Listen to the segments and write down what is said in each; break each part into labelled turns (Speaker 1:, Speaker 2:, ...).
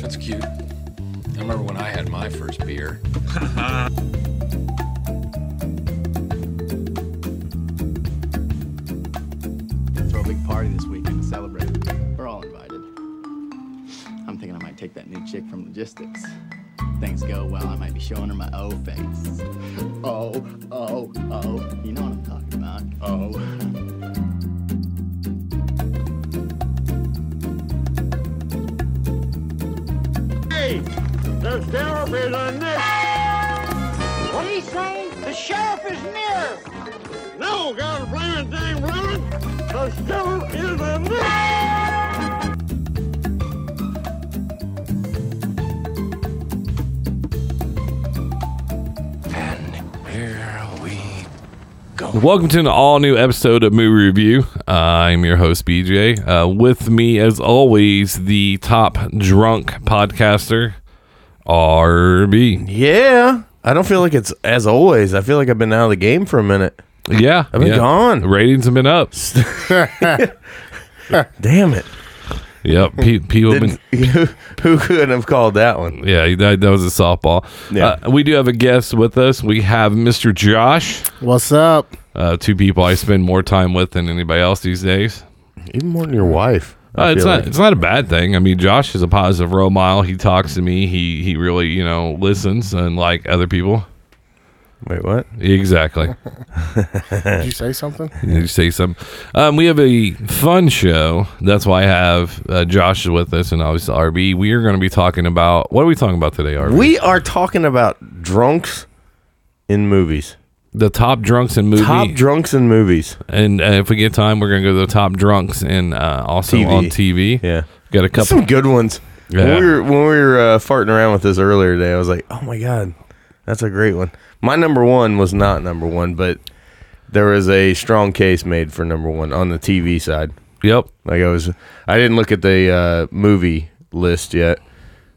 Speaker 1: That's cute. I remember when I had my first beer.
Speaker 2: Throw a big party this weekend to celebrate. We're all invited. I'm thinking I might take that new chick from logistics. Things go well, I might be showing her my O face. Oh, oh, oh. You know what I'm talking about. Oh.
Speaker 3: There's therapy on this. What do you say? The sheriff is near. No, God blame it, dang Ronan. The sheriff is on this.
Speaker 4: Welcome to an all new episode of Movie Review. I'm your host, BJ. Uh, with me, as always, the top drunk podcaster, RB.
Speaker 5: Yeah. I don't feel like it's as always. I feel like I've been out of the game for a minute.
Speaker 4: Yeah.
Speaker 5: I've been
Speaker 4: yeah.
Speaker 5: gone.
Speaker 4: Ratings have been up.
Speaker 5: Damn it.
Speaker 4: Yep. Pe- people have been.
Speaker 5: Didn't- who couldn't have called that one?
Speaker 4: Yeah, that, that was a softball.
Speaker 5: Yeah.
Speaker 4: Uh, we do have a guest with us. We have Mr. Josh,
Speaker 6: What's up?
Speaker 4: uh, two people I spend more time with than anybody else these days.
Speaker 5: Even more than your wife. I
Speaker 4: Uh, it's
Speaker 5: feel
Speaker 4: not.
Speaker 5: like.
Speaker 4: It's not a bad thing. I mean, Josh is a positive role model. He talks to me. He he really you know listens unlike other people.
Speaker 5: Wait, what?
Speaker 4: Exactly.
Speaker 6: Did you say something?
Speaker 4: Did you say something? Um, we have a fun show. That's why I have uh, Josh is with us and obviously RB. We are going to be talking about what are we talking about today, RB?
Speaker 5: We are talking about drunks in movies.
Speaker 4: the top drunks in movie.
Speaker 5: Top drunks in movies.
Speaker 4: and uh, if we get time, we're going to go to the top drunks and uh, also
Speaker 5: TV.
Speaker 4: on TV.
Speaker 5: Yeah.
Speaker 4: Got a couple.
Speaker 5: Some good ones.
Speaker 4: Yeah.
Speaker 5: When we were, when we were uh, farting around with this earlier today, I was like, oh my God, that's a great one. My number one was not number one, but there was a strong case made for number one on the TV side.
Speaker 4: Yep.
Speaker 5: Like I was, I didn't look at the uh, movie list yet,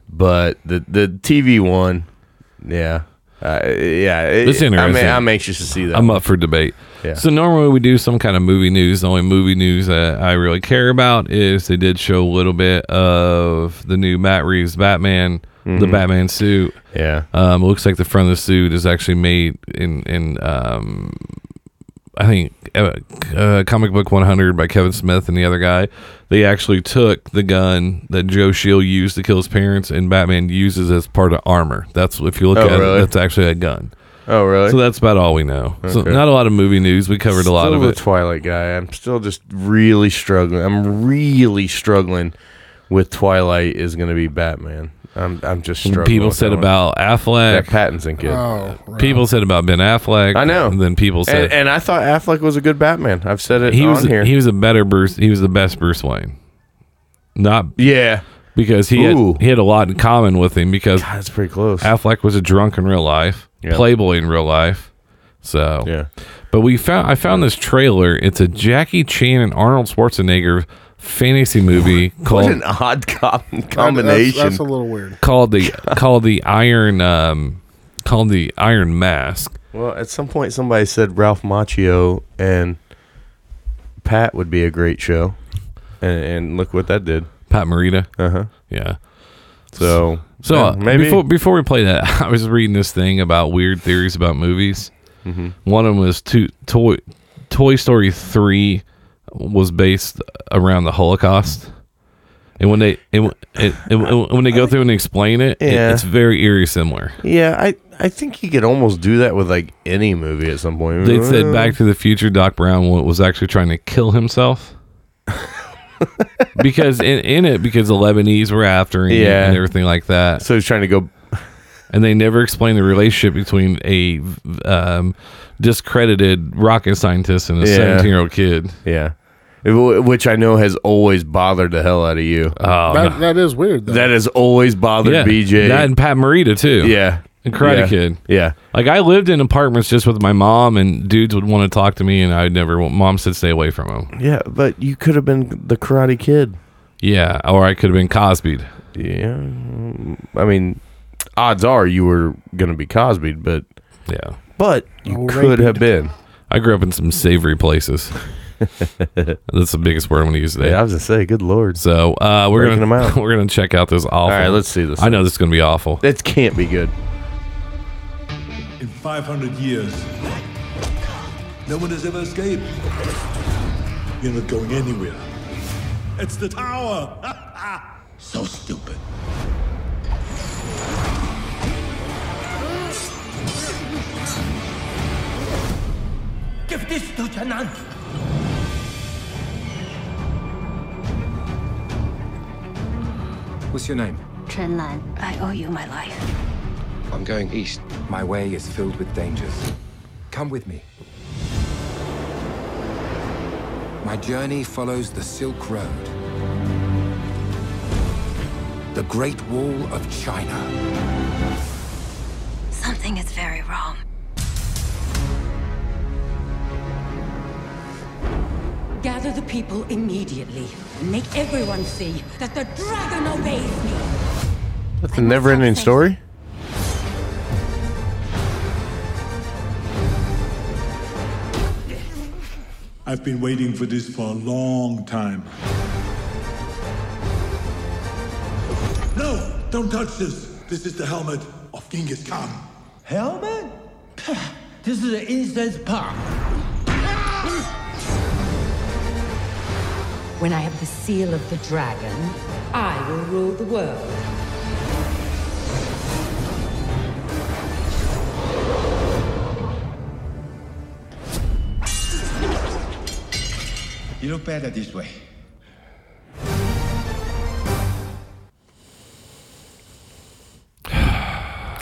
Speaker 5: but the the TV one, yeah, uh, yeah. It,
Speaker 4: It's
Speaker 5: I'm,
Speaker 4: interesting.
Speaker 5: I'm anxious to see that.
Speaker 4: I'm up for debate.
Speaker 5: Yeah.
Speaker 4: So normally we do some kind of movie news. The only movie news that I really care about is they did show a little bit of the new Matt Reeves Batman,
Speaker 5: Mm-hmm.
Speaker 4: the Batman suit.
Speaker 5: yeah,
Speaker 4: Um, it looks like the front of the suit is actually made in in um, I think uh, uh, comic book 100 by Kevin Smith and the other guy. They actually took the gun that Joe Shield used to kill his parents, and Batman uses as part of armor. That's if you look
Speaker 5: Oh,
Speaker 4: at it,
Speaker 5: really?
Speaker 4: that's actually a gun.
Speaker 5: oh really?
Speaker 4: So that's about all we know. So
Speaker 5: Okay.
Speaker 4: not a lot of movie news. We covered a lot
Speaker 5: Still
Speaker 4: of
Speaker 5: the
Speaker 4: it.
Speaker 5: Twilight guy. I'm still just really struggling. I'm really struggling with Twilight is going to be Batman. I'm I'm just struggling.
Speaker 4: People
Speaker 5: with
Speaker 4: said
Speaker 5: that one.
Speaker 4: about
Speaker 5: that
Speaker 4: Affleck.
Speaker 5: Pattinson kid.
Speaker 6: Oh,
Speaker 4: people said about Ben Affleck.
Speaker 5: I know.
Speaker 4: And then people said
Speaker 5: and, and I thought Affleck was a good Batman. I've said it
Speaker 4: he
Speaker 5: on
Speaker 4: was
Speaker 5: here.
Speaker 4: he was a better Bruce. He was the best Bruce Wayne. Not
Speaker 5: yeah,
Speaker 4: because he had,
Speaker 5: Ooh.
Speaker 4: he had a lot in common with him because
Speaker 5: that's pretty close.
Speaker 4: Affleck was a drunk in real life,
Speaker 5: Yeah.
Speaker 4: playboy in real life. So,
Speaker 5: yeah.
Speaker 4: but we found I found this trailer. It's a Jackie Chan and Arnold Schwarzenegger fantasy movie
Speaker 5: What
Speaker 4: called
Speaker 5: an odd com-
Speaker 6: That-
Speaker 5: combination.
Speaker 6: That's, that's a little weird.
Speaker 4: called the called the Iron um called the Iron Mask.
Speaker 5: well, at some point, somebody said Ralph Macchio and Pat would be a great show, and, and look what that did.
Speaker 4: Pat Morita.
Speaker 5: Uh huh.
Speaker 4: Yeah.
Speaker 5: So,
Speaker 4: So
Speaker 5: yeah,
Speaker 4: uh, before before we play that, I was reading this thing about weird theories about movies.
Speaker 5: Mm-hmm.
Speaker 4: One of them was two, toy Toy Story three was based around the Holocaust, and when they and, w- and, and, and when they go through and explain it, it-
Speaker 5: Yeah.
Speaker 4: it's very eerie similar.
Speaker 5: yeah, I I think you could almost do that with like any movie at some point.
Speaker 4: They said Back to the Future, Doc Brown wa- was actually trying to kill himself. because in, in it, because the Lebanese were after him
Speaker 5: Yeah.
Speaker 4: and everything like that.
Speaker 5: So he's trying to go.
Speaker 4: and they never explained the relationship between a um, discredited rocket scientist and a
Speaker 5: Yeah.
Speaker 4: 17 year old kid.
Speaker 5: Yeah, It w- which I know has always bothered the hell out of you.
Speaker 4: Oh,
Speaker 6: that, that is weird, though.
Speaker 5: that has always bothered
Speaker 4: yeah.
Speaker 5: BJ.
Speaker 4: That and Pat Morita, too.
Speaker 5: yeah,
Speaker 4: And Karate
Speaker 5: yeah.
Speaker 4: Kid.
Speaker 5: Yeah,
Speaker 4: Like, I lived in apartments just with my mom, and dudes would want to talk to me, and I'd never, mom said, stay away from them.
Speaker 5: yeah, but you could have been the Karate Kid.
Speaker 4: Yeah. Or I could have been Cosby'd.
Speaker 5: Yeah, I mean, odds are you were gonna be Cosby, but
Speaker 4: Yeah.
Speaker 5: but you
Speaker 6: Oh,
Speaker 5: could
Speaker 6: rapey.
Speaker 5: have been.
Speaker 4: I grew up in some savory places. That's the biggest word I'm going to use today.
Speaker 5: Yeah, I was gonna say, good lord.
Speaker 4: So uh, we're
Speaker 5: Breaking them
Speaker 4: gonna
Speaker 5: out.
Speaker 4: we're gonna check out this awful. All
Speaker 5: right, let's see this.
Speaker 4: I know this is gonna be awful.
Speaker 5: That can't be good.
Speaker 7: In 500 years, no one has ever escaped. You're not going anywhere. It's the tower! so stupid.
Speaker 8: Give this to Chanan. What's your name?
Speaker 9: Chen Lan, I owe you my life.
Speaker 1: I'm going east.
Speaker 8: My way is filled with dangers. Come with me. My journey follows the Silk Road, the Great Wall of China.
Speaker 9: Something is very wrong.
Speaker 10: Gather the people immediately and make everyone see that the dragon obeys me.
Speaker 5: That's a never-ending story.
Speaker 7: I've been waiting for this for a long time. No! Don't touch this! This is the helmet of Genghis Khan.
Speaker 8: Helmet? This is an incense pop.
Speaker 10: When I have the seal of the dragon, I will rule the world.
Speaker 8: You look better this way.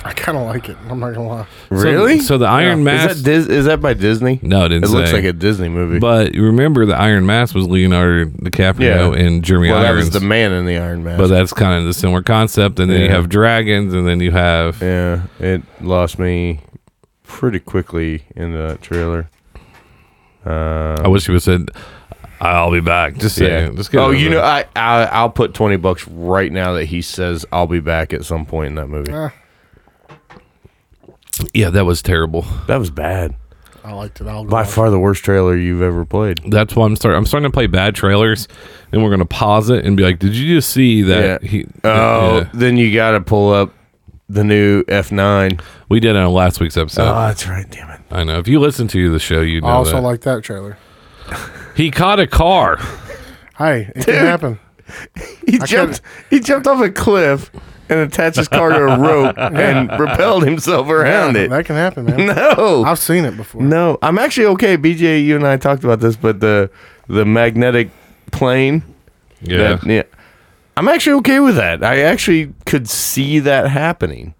Speaker 6: I kind of like it. I'm not gonna lie.
Speaker 5: Really?
Speaker 4: So, so the Iron Mask.
Speaker 5: Is that, Dis- is that by Disney?
Speaker 4: No, it didn't
Speaker 5: It looks
Speaker 4: say.
Speaker 5: like a Disney movie.
Speaker 4: but you remember, the Iron Mask was Leonardo DiCaprio and Jeremy
Speaker 5: well, that was
Speaker 4: Irons.
Speaker 5: the man in the Iron Mask.
Speaker 4: but uh, that's kind of the similar concept. And then you
Speaker 5: Yeah.
Speaker 4: have dragons, and then you have
Speaker 5: yeah, it lost me pretty quickly in the trailer.
Speaker 4: I wish you would have said, "I'll be back." Just say,
Speaker 5: Yeah.
Speaker 4: it. just get
Speaker 5: oh,
Speaker 4: it
Speaker 5: you
Speaker 4: over
Speaker 5: know,
Speaker 4: with.
Speaker 5: I, I I'll put twenty bucks right now that he says I'll be back at some point in that movie.
Speaker 6: Eh,
Speaker 4: yeah, that was terrible.
Speaker 5: That was bad.
Speaker 6: I liked it. I'll go
Speaker 5: By
Speaker 6: with it.
Speaker 5: far the worst trailer you've ever played.
Speaker 4: That's why I'm starting. I'm starting to play bad trailers, and we're gonna pause it and be like, "Did you just see that?" He,
Speaker 5: oh,
Speaker 4: Yeah.
Speaker 5: then you got to pull up the new F nine. Oh,
Speaker 4: we did it on last week's episode.
Speaker 5: that's right. Damn it.
Speaker 4: I know. If you listen to the show, you know
Speaker 6: I also
Speaker 4: that.
Speaker 6: like that trailer.
Speaker 4: he caught a car.
Speaker 6: Hey, it can happen.
Speaker 5: He jumped. He jumped off a cliff and attached his car to a rope and propelled himself around
Speaker 6: Yeah,
Speaker 5: it.
Speaker 6: That can happen, man.
Speaker 5: No,
Speaker 6: I've seen it before.
Speaker 5: no. I'm actually okay. BJ, you and I talked about this, but the the magnetic plane.
Speaker 4: Yeah.
Speaker 5: that- yeah. I'm actually okay with that. I actually could see that happening.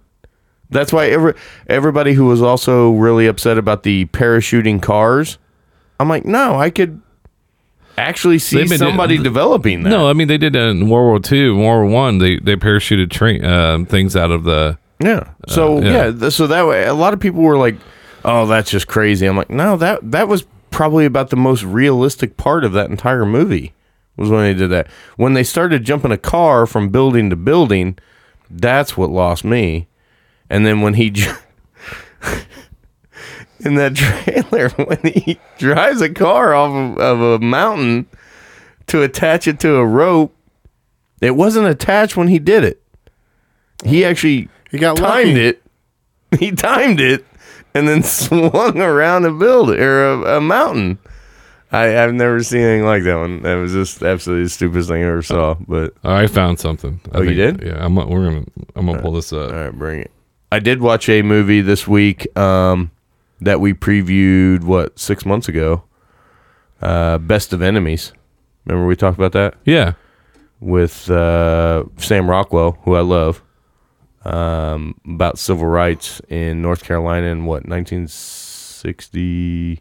Speaker 5: That's why every, everybody who was also really upset about the parachuting cars, I'm like, no, I could actually see
Speaker 4: They've been-
Speaker 5: somebody developing that.
Speaker 4: no, I mean they did that in World War Two, World War One. They they parachuted train um, things out of the.
Speaker 5: Yeah. So
Speaker 4: yeah.
Speaker 5: yeah. th- so that way, a lot of people were like, "Oh, that's just crazy." I'm like, "No, that that was probably about the most realistic part of that entire movie was when they did that. When they started jumping a car from building to building, that's what lost me. And then when he ju- in that trailer when he drives a car off of, of a mountain to attach it to a rope, it wasn't attached when he did it. He actually
Speaker 6: He got
Speaker 5: timed
Speaker 6: lucky.
Speaker 5: it. He timed it and then swung around a building or a, a mountain. I, I've never seen anything like that one. That was just absolutely the stupidest thing I ever saw. But
Speaker 4: oh, I found something. I
Speaker 5: Oh, you did?
Speaker 4: Yeah, I'm. We're gonna. I'm gonna pull this up.
Speaker 5: all right, bring it. I did watch a movie this week um, that we previewed what six months ago. Uh, Best of Enemies. Remember we talked about that
Speaker 4: Yeah.
Speaker 5: with uh, Sam Rockwell, who I love, um, about civil rights in North Carolina in what 1960. I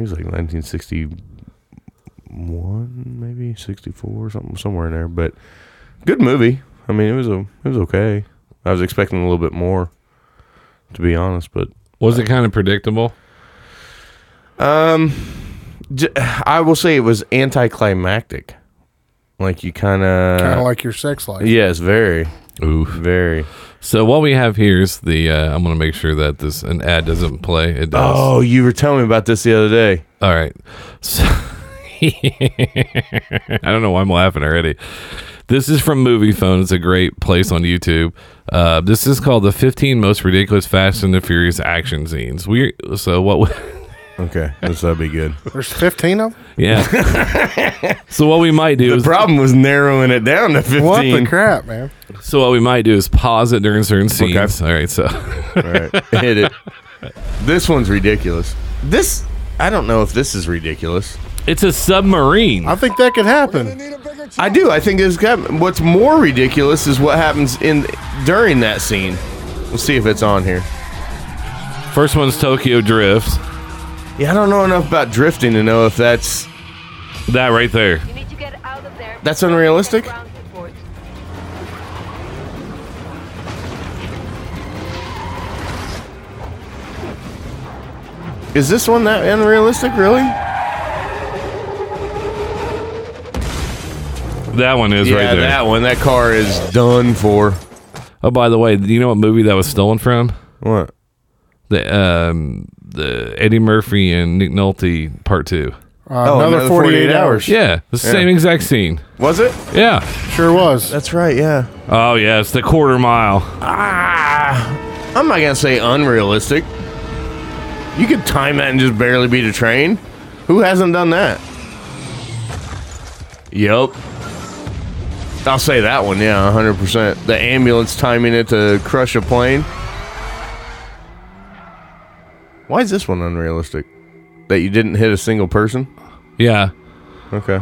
Speaker 5: think it was like 1961, maybe 64 or something, somewhere in there. But good movie. I mean, it was a it was okay. I was expecting a little bit more, to be honest. But
Speaker 4: Was it kind of predictable?
Speaker 5: um, j- I will say it was anticlimactic. Like you kind
Speaker 6: Kind of
Speaker 5: of
Speaker 6: like your sex life.
Speaker 5: yes, very.
Speaker 4: Oof.
Speaker 5: Very.
Speaker 4: So what we have here is the uh, I'm going to make sure that this an ad doesn't play. It does.
Speaker 5: Oh, you were telling me about this the other day.
Speaker 4: All right. So I don't know why I'm laughing already. This is from Movie Phone. It's a great place on YouTube. Uh, this is called the 15 most ridiculous Fast and the Furious action scenes. We so what? We,
Speaker 5: Okay, this that'd be good.
Speaker 6: There's 15 of them?
Speaker 4: yeah. so what we might do
Speaker 5: The
Speaker 4: is
Speaker 5: problem was narrowing it down to fifteen.
Speaker 6: What the crap, man?
Speaker 4: so what we might do is pause it during certain scenes. All right. So
Speaker 5: All right, hit it. This one's ridiculous. This I don't know if this is ridiculous.
Speaker 4: it's a submarine.
Speaker 6: I think that could happen.
Speaker 5: I do. I think it's got. What's more ridiculous is what happens in during that scene. We'll see if it's on here.
Speaker 4: First one's Tokyo Drift.
Speaker 5: Yeah, I don't know enough about drifting to know if that's
Speaker 4: That right there.
Speaker 11: You need to get out of there.
Speaker 5: That's unrealistic?
Speaker 11: Ground support.
Speaker 5: is this one that unrealistic really?
Speaker 4: That one is
Speaker 5: yeah,
Speaker 4: right there.
Speaker 5: that one. That car is done for.
Speaker 4: Oh, by the way, do you know what movie that was stolen from?
Speaker 5: What?
Speaker 4: The um the Eddie Murphy and Nick Nolte part two.
Speaker 6: Uh, another 48, hours.
Speaker 4: Yeah, the same exact scene.
Speaker 5: Was it?
Speaker 4: Yeah.
Speaker 6: Sure was.
Speaker 5: That's right. Yeah.
Speaker 4: Oh yeah, it's the quarter mile.
Speaker 5: Ah, I'm not gonna say unrealistic. You could time that and just barely beat a train. Who hasn't done that? Yep. I'll say that one. Yeah, 100. percent The ambulance timing it to crush a plane. Why is this one unrealistic? That you didn't hit a single person?
Speaker 4: Yeah.
Speaker 5: Okay.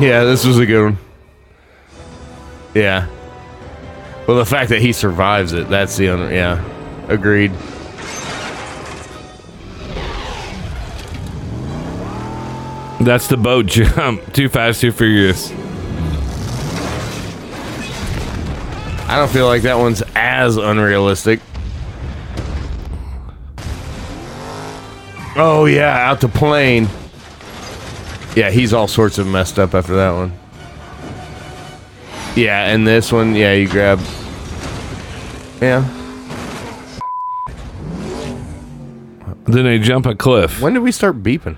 Speaker 5: Yeah, this was a good one. Yeah. Well, the fact that he survives it, that's the un- yeah. Agreed.
Speaker 4: That's the boat jump. Too fast, too furious.
Speaker 5: I don't feel like that one's as unrealistic. Oh yeah, out the plane. Yeah, he's all sorts of messed up after that one. Yeah, and this one, yeah, you grab. Yeah.
Speaker 4: Then they jump a cliff.
Speaker 5: When did we start beeping?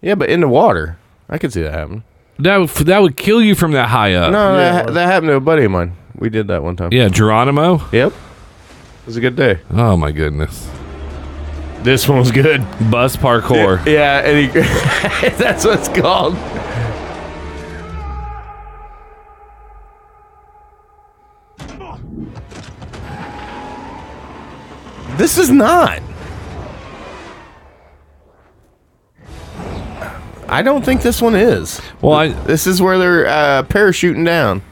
Speaker 5: Yeah, but in the water. I could see that happen.
Speaker 4: That would, that would kill you from that high up.
Speaker 5: No, that, that happened to a buddy of mine. We did that one time.
Speaker 4: Yeah, Geronimo.
Speaker 5: Yep. It was a good day.
Speaker 4: Oh my goodness.
Speaker 5: This one was good.
Speaker 4: Bus parkour.
Speaker 5: Yeah, and he, that's what it's called. This is not. I don't think this one is.
Speaker 4: Well, I
Speaker 5: This is where they're uh, parachuting down.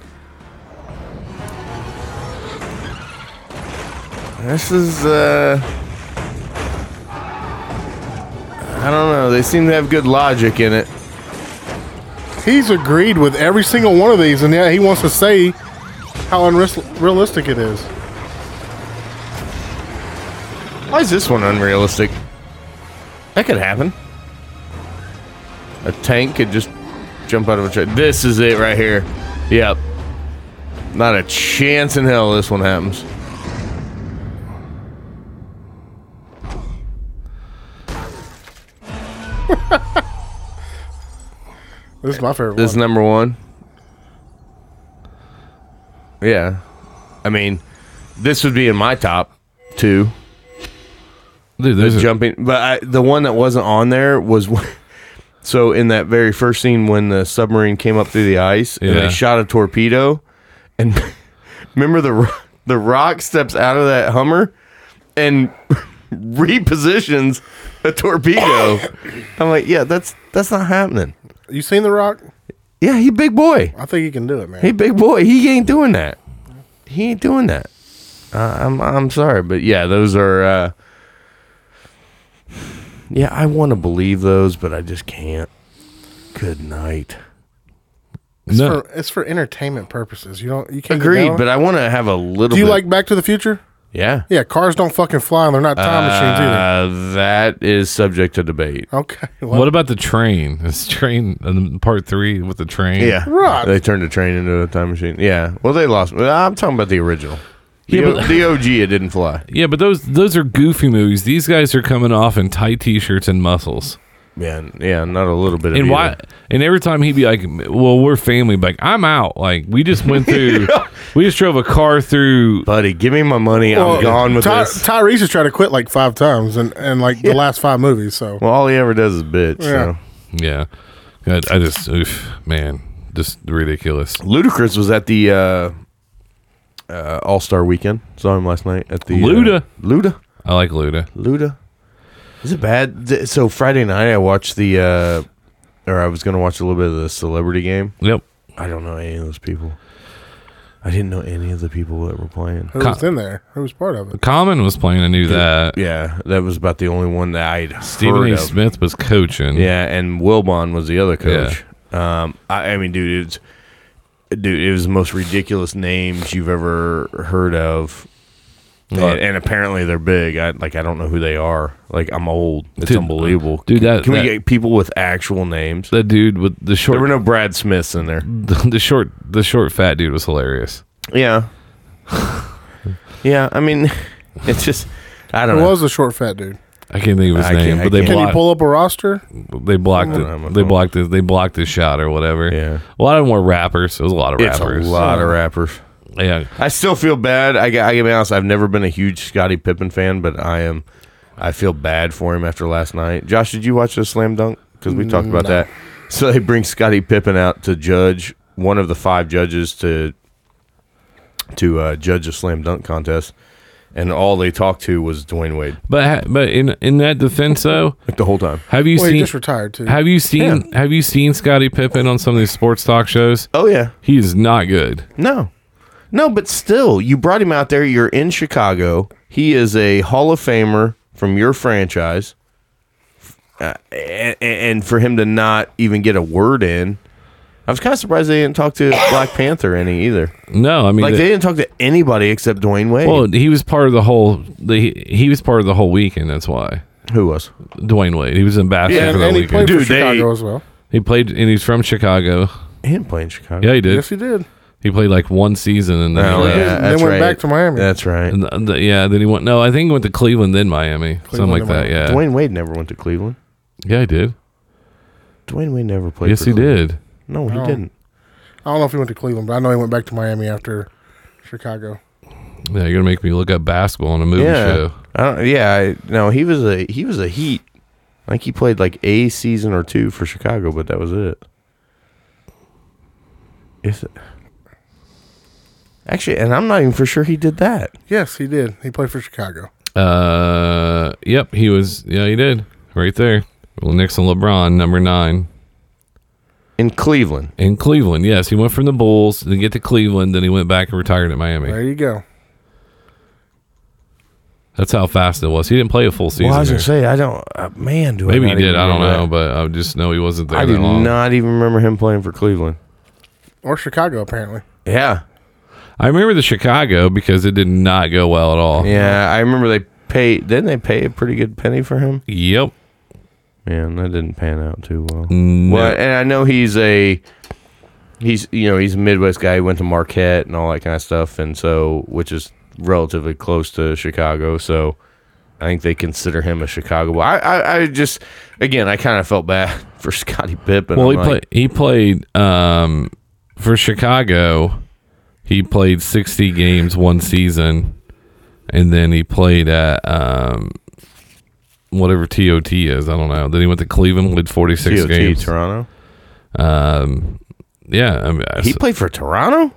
Speaker 5: This is, uh. I don't know. They seem to have good logic in it.
Speaker 6: He's agreed with every single one of these, and yet he wants to say how unrealistic it is.
Speaker 5: Why is this one unrealistic? That could happen. A tank could just jump out of a tree. This is it right here. Yep. Not a chance in hell this one happens.
Speaker 6: This is my favorite
Speaker 5: This is
Speaker 6: one.
Speaker 5: number one. Yeah. I mean, this would be in my top two.
Speaker 4: dude,
Speaker 5: The
Speaker 4: there's a-
Speaker 5: jumping, but I, the one that wasn't on there was when- so in that very first scene when the submarine came up through the ice and
Speaker 4: Yeah.
Speaker 5: they shot a torpedo, and remember the Ro- the Rock steps out of that Hummer and repositions a torpedo. I'm like, yeah, that's that's not happening.
Speaker 6: You seen The Rock?
Speaker 5: Yeah, he big boy.
Speaker 6: I think he can do it, man.
Speaker 5: Hey, big boy, he ain't doing that. He ain't doing that. Uh, I'm I'm sorry, but yeah, those are. Uh, yeah, I want to believe those, but I just can't. Good night.
Speaker 6: it's,
Speaker 4: no.
Speaker 6: for, it's for entertainment purposes. You don't. You can't.
Speaker 5: Agreed, but I want to have a little.
Speaker 6: do you
Speaker 5: bit-
Speaker 6: like Back to the Future?
Speaker 5: Yeah.
Speaker 6: Yeah, cars don't fucking fly and they're not time machines either.
Speaker 5: Uh, that is subject to debate.
Speaker 6: Okay. Well,
Speaker 4: What about the train? This train in part three with the train.
Speaker 6: Right.
Speaker 5: They turned a train into a time machine. Yeah. Well, they lost. well, I'm talking about the original. The,
Speaker 4: Yeah,
Speaker 5: O-
Speaker 4: but-
Speaker 5: the OG, it didn't fly.
Speaker 4: Yeah, but those those are goofy movies. These guys are coming off in tight t-shirts and muscles.
Speaker 5: Yeah. n- Yeah. Not a little bit. Of
Speaker 4: And why?
Speaker 5: either.
Speaker 4: And every time he'd be like, "Well, we're family." But like, I'm out. Like, we just went through. We just drove a car through.
Speaker 5: buddy? Give me my money.
Speaker 6: Well,
Speaker 5: I'm gone with
Speaker 6: Ty-
Speaker 5: this.
Speaker 6: Tyrese has tried to quit like five times and, and like the last five movies. So
Speaker 5: well, all he ever does is bitch.
Speaker 6: Yeah.
Speaker 5: So.
Speaker 4: Yeah, I, I just oof, man, just ridiculous.
Speaker 5: Ludacris was at the uh, uh, All Star Weekend. Saw him last night at the uh,
Speaker 4: Luda.
Speaker 5: Luda.
Speaker 4: I like Luda.
Speaker 5: Luda. Is it bad? Th- So Friday night I watched the, uh, or I was gonna watch a little bit of the Celebrity Game.
Speaker 4: Yep.
Speaker 5: I don't know any of those people. I didn't know any of the people that were playing.
Speaker 6: who was in there? Who was part of it?
Speaker 4: Common was playing. I knew that. E.
Speaker 5: Yeah, that was about the only one that I'd
Speaker 4: Stephen
Speaker 5: heard
Speaker 4: A.
Speaker 5: of.
Speaker 4: Smith was coaching.
Speaker 5: Yeah, and Wilbon was the other coach. Um, I, I mean, dude, it's dude, it was the most ridiculous names you've ever heard of. And,
Speaker 4: Right.
Speaker 5: and apparently they're big. I like I don't know who they are. Like I'm old. It's
Speaker 4: Dude,
Speaker 5: unbelievable.
Speaker 4: dude,
Speaker 5: Can-
Speaker 4: that-
Speaker 5: can
Speaker 4: that-
Speaker 5: we get people with actual names?
Speaker 4: That dude with the
Speaker 5: There were
Speaker 4: short,
Speaker 5: no Brad Smiths in there.
Speaker 4: the short, the short fat dude was hilarious.
Speaker 5: Yeah. yeah, I mean, it's just I don't
Speaker 6: Who
Speaker 5: know.
Speaker 6: was the short fat dude?
Speaker 4: I can't think of his
Speaker 5: I can't-
Speaker 4: name,
Speaker 5: I
Speaker 4: but they
Speaker 5: can't.
Speaker 6: Can you
Speaker 4: blocked.
Speaker 6: pull up a roster?
Speaker 4: they blocked
Speaker 5: I don't have my
Speaker 4: it. They
Speaker 5: phone.
Speaker 4: blocked it. They blocked his shot or whatever.
Speaker 5: Yeah.
Speaker 4: a lot of them were rappers. It was a lot of
Speaker 5: it's a
Speaker 4: rappers.
Speaker 5: lot of rappers.
Speaker 4: Yeah,
Speaker 5: I still feel bad. I, got- I gotta be honest. I've never been a huge Scottie Pippen fan, but I am. I feel bad for him after last night. Josh, did you watch the slam dunk? Because we talked about that. So they bring Scottie Pippen out to judge one of the five judges to to uh, judge a slam dunk contest, and all they talked to was Dwayne Wade
Speaker 4: but ha- but in in that defense though,
Speaker 5: like the whole time.
Speaker 4: have you
Speaker 6: Well, he
Speaker 4: seen
Speaker 6: just retired too.
Speaker 4: have you seen have you seen Scottie Pippen on some of these sports talk shows?
Speaker 5: Oh yeah,
Speaker 4: He is not good.
Speaker 5: No. No, but still, you brought him out there. You're in Chicago. He is a Hall of Famer from your franchise. Uh, and, and for him to not even get a word in, I was kind of surprised they didn't talk to Black Panther any either.
Speaker 4: No, I mean,
Speaker 5: Like,
Speaker 4: the-
Speaker 5: they didn't talk to anybody except Dwayne Wade.
Speaker 4: well, he was part of the whole. The, he, he was part of the whole weekend. That's why
Speaker 5: Who was?
Speaker 4: Dwayne Wade. He was ambassador
Speaker 6: and,
Speaker 4: for the
Speaker 6: and he
Speaker 4: weekend.
Speaker 6: played
Speaker 5: Dude,
Speaker 6: for
Speaker 5: they-
Speaker 6: Chicago as well.
Speaker 4: he played, and he's from Chicago.
Speaker 5: He didn't play in Chicago.
Speaker 4: Yeah, he did.
Speaker 6: Yes, he did.
Speaker 4: He played like one season, and then he
Speaker 5: Oh,
Speaker 4: left.
Speaker 5: yeah,
Speaker 6: They
Speaker 5: that's
Speaker 6: went
Speaker 5: right.
Speaker 6: back to Miami.
Speaker 5: That's right.
Speaker 4: And th- th- yeah, then he went. No, I think he went to Cleveland, then Miami, something
Speaker 6: Cleveland,
Speaker 4: like
Speaker 6: then
Speaker 4: that.
Speaker 6: Miami.
Speaker 4: Yeah,
Speaker 5: Dwayne Wade never went to Cleveland.
Speaker 4: yeah, he did.
Speaker 5: Dwayne Wade never played.
Speaker 4: yes,
Speaker 5: for
Speaker 4: he
Speaker 5: Cleveland.
Speaker 4: did.
Speaker 5: No, he
Speaker 6: No.
Speaker 5: didn't.
Speaker 6: I don't know if he went to Cleveland, but I know he went back to Miami after Chicago.
Speaker 4: Yeah, you're gonna make me look up basketball on a movie show.
Speaker 5: I don't, yeah, I, no, he was a he was a Heat. I think he played like a season or two for Chicago, but that was it. If actually, and I'm not even for sure he did that.
Speaker 6: Yes, he did. He played for Chicago.
Speaker 4: Uh, yep, he was. Yeah, he did. Right there. Well, Nixon LeBron, number nine
Speaker 5: In Cleveland,
Speaker 4: in Cleveland. Yes, he went from the Bulls, then get to Cleveland, then he went back and retired at Miami.
Speaker 6: There you go.
Speaker 4: That's how fast it was. He didn't play a full season.
Speaker 5: well, I was gonna
Speaker 4: there.
Speaker 5: say I don't. Uh, man, do I
Speaker 4: Maybe
Speaker 5: not
Speaker 4: he
Speaker 5: even
Speaker 4: did. I don't
Speaker 5: remember
Speaker 4: know,
Speaker 5: that.
Speaker 4: but I just know he wasn't there
Speaker 5: I
Speaker 4: that
Speaker 5: do
Speaker 4: long.
Speaker 5: not even remember him playing for Cleveland.
Speaker 6: Or Chicago, apparently.
Speaker 5: Yeah,
Speaker 4: I remember the Chicago because it did not go well at all.
Speaker 5: yeah, I remember they paid. Didn't they pay a pretty good penny for him?
Speaker 4: Yep.
Speaker 5: Man, that didn't pan out too well.
Speaker 4: No.
Speaker 5: Well, and I know he's a he's you know he's a Midwest guy. He went to Marquette and all that kind of stuff, and so which is relatively close to Chicago. So I think they consider him a Chicago. boy. I I, I just again I kind of felt bad for Scottie Pippen.
Speaker 4: Well,
Speaker 5: I'm
Speaker 4: he
Speaker 5: like,
Speaker 4: played. He played um, for Chicago. He played sixty games one season, and then he played at um, whatever TOT is. I don't know. Then he went to Cleveland, played forty six
Speaker 5: TOT
Speaker 4: games.
Speaker 5: Toronto.
Speaker 4: Um, yeah, I mean, I
Speaker 5: He
Speaker 4: s-
Speaker 5: played for Toronto.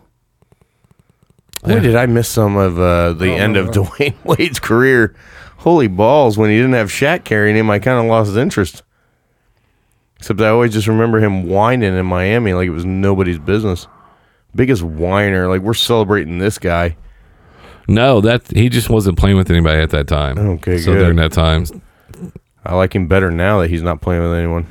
Speaker 5: Wait,
Speaker 4: Yeah.
Speaker 5: did I miss some of uh, the end of Dwayne Wade's career? Holy balls! When he didn't have Shaq carrying him, I kind of lost his interest. Except I always just remember him whining in Miami like it was nobody's business. Biggest whiner. Like we're celebrating this guy.
Speaker 4: no, that he just wasn't playing with anybody at that time.
Speaker 5: Okay,
Speaker 4: so
Speaker 5: good.
Speaker 4: during that time,
Speaker 5: I like him better now that he's not playing with anyone.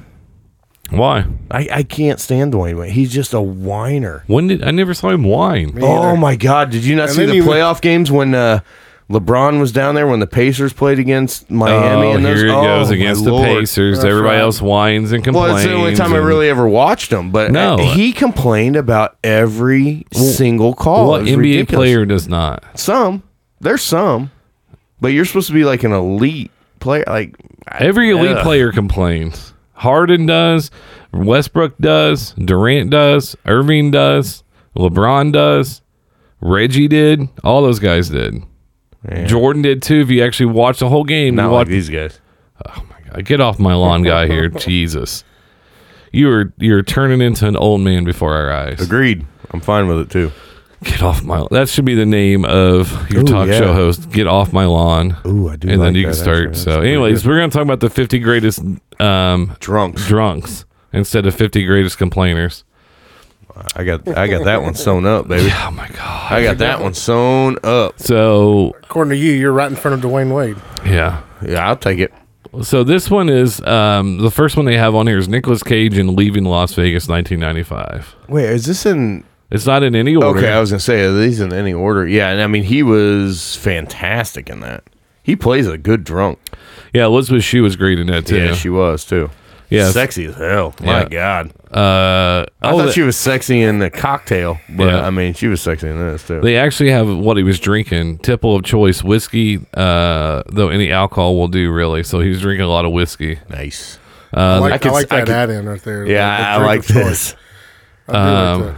Speaker 4: why?
Speaker 5: I, I can't stand Dwayne Wade. He's just a whiner.
Speaker 4: When did I never saw him whine?
Speaker 5: Oh my God! Did you not
Speaker 6: And
Speaker 5: see
Speaker 6: then
Speaker 5: the
Speaker 6: he was-
Speaker 5: playoff games when uh, LeBron was down there when the Pacers played against Miami.
Speaker 4: oh,
Speaker 5: and those,
Speaker 4: here it
Speaker 5: oh,
Speaker 4: goes
Speaker 5: my
Speaker 4: against the
Speaker 5: Lord.
Speaker 4: Pacers.
Speaker 5: That's
Speaker 4: Everybody
Speaker 5: right.
Speaker 4: else whines and complains.
Speaker 5: Well, it's the only time I
Speaker 4: and-
Speaker 5: really ever watched him, but
Speaker 4: No.
Speaker 5: he complained about every single call.
Speaker 4: What
Speaker 5: It was
Speaker 4: NBA
Speaker 5: ridiculous.
Speaker 4: player does not?
Speaker 5: Some. There's some. But you're supposed to be like an elite player. Like I-
Speaker 4: Every elite
Speaker 5: Ugh.
Speaker 4: player complains. Harden does, Westbrook does, Durant does, Irving does, LeBron does, Reggie did, all those guys did. Jordan did too. If you actually watch the whole game,
Speaker 5: Not
Speaker 4: you
Speaker 5: like
Speaker 4: watch,
Speaker 5: these guys.
Speaker 4: get off my lawn, guy here, Jesus! You are you're turning into an old man before our eyes.
Speaker 5: Agreed. I'm fine with it too.
Speaker 4: Get off my. That should be the name of your
Speaker 5: Ooh,
Speaker 4: talk
Speaker 5: yeah.
Speaker 4: show host. Get off my lawn.
Speaker 5: Ooh, I do
Speaker 4: And
Speaker 5: like
Speaker 4: then you
Speaker 5: that,
Speaker 4: can start.
Speaker 5: actually. That's
Speaker 4: so,
Speaker 5: pretty
Speaker 4: anyways, we're gonna talk about the 50 greatest um,
Speaker 5: Drunks.
Speaker 4: drunks instead of 50 greatest complainers.
Speaker 5: I got I got that one sewn up, baby.
Speaker 4: Oh my god.
Speaker 5: I got that one sewn up.
Speaker 4: So
Speaker 6: According to you, you're right in front of Dwayne Wade.
Speaker 4: yeah.
Speaker 5: Yeah, I'll take it.
Speaker 4: So this one is um, the first one they have on here is Nicolas Cage in Leaving Las Vegas 1995.
Speaker 5: Wait, is this in
Speaker 4: It's not in any order.
Speaker 5: Okay, I was gonna say are these in any order? Yeah, and I mean he was fantastic in that. He plays a good drunk.
Speaker 4: yeah, Elizabeth Shue was great in that too.
Speaker 5: Yeah, she was too.
Speaker 4: Yes.
Speaker 5: sexy as hell. My
Speaker 4: Yeah.
Speaker 5: God,
Speaker 4: uh,
Speaker 5: I
Speaker 4: oh,
Speaker 5: thought
Speaker 4: the-
Speaker 5: she was sexy in the cocktail, but
Speaker 4: Yeah.
Speaker 5: I mean she was sexy in this too.
Speaker 4: They actually have what he was drinking, tipple of choice whiskey, uh, though any alcohol will do really. So he was drinking a lot of whiskey.
Speaker 5: nice.
Speaker 4: Uh,
Speaker 6: I like, I
Speaker 5: could-
Speaker 6: like
Speaker 5: I
Speaker 6: that
Speaker 5: could-
Speaker 6: add in right there. The
Speaker 5: Yeah, I
Speaker 6: drink
Speaker 5: like
Speaker 6: of choice.
Speaker 5: this.
Speaker 6: I do like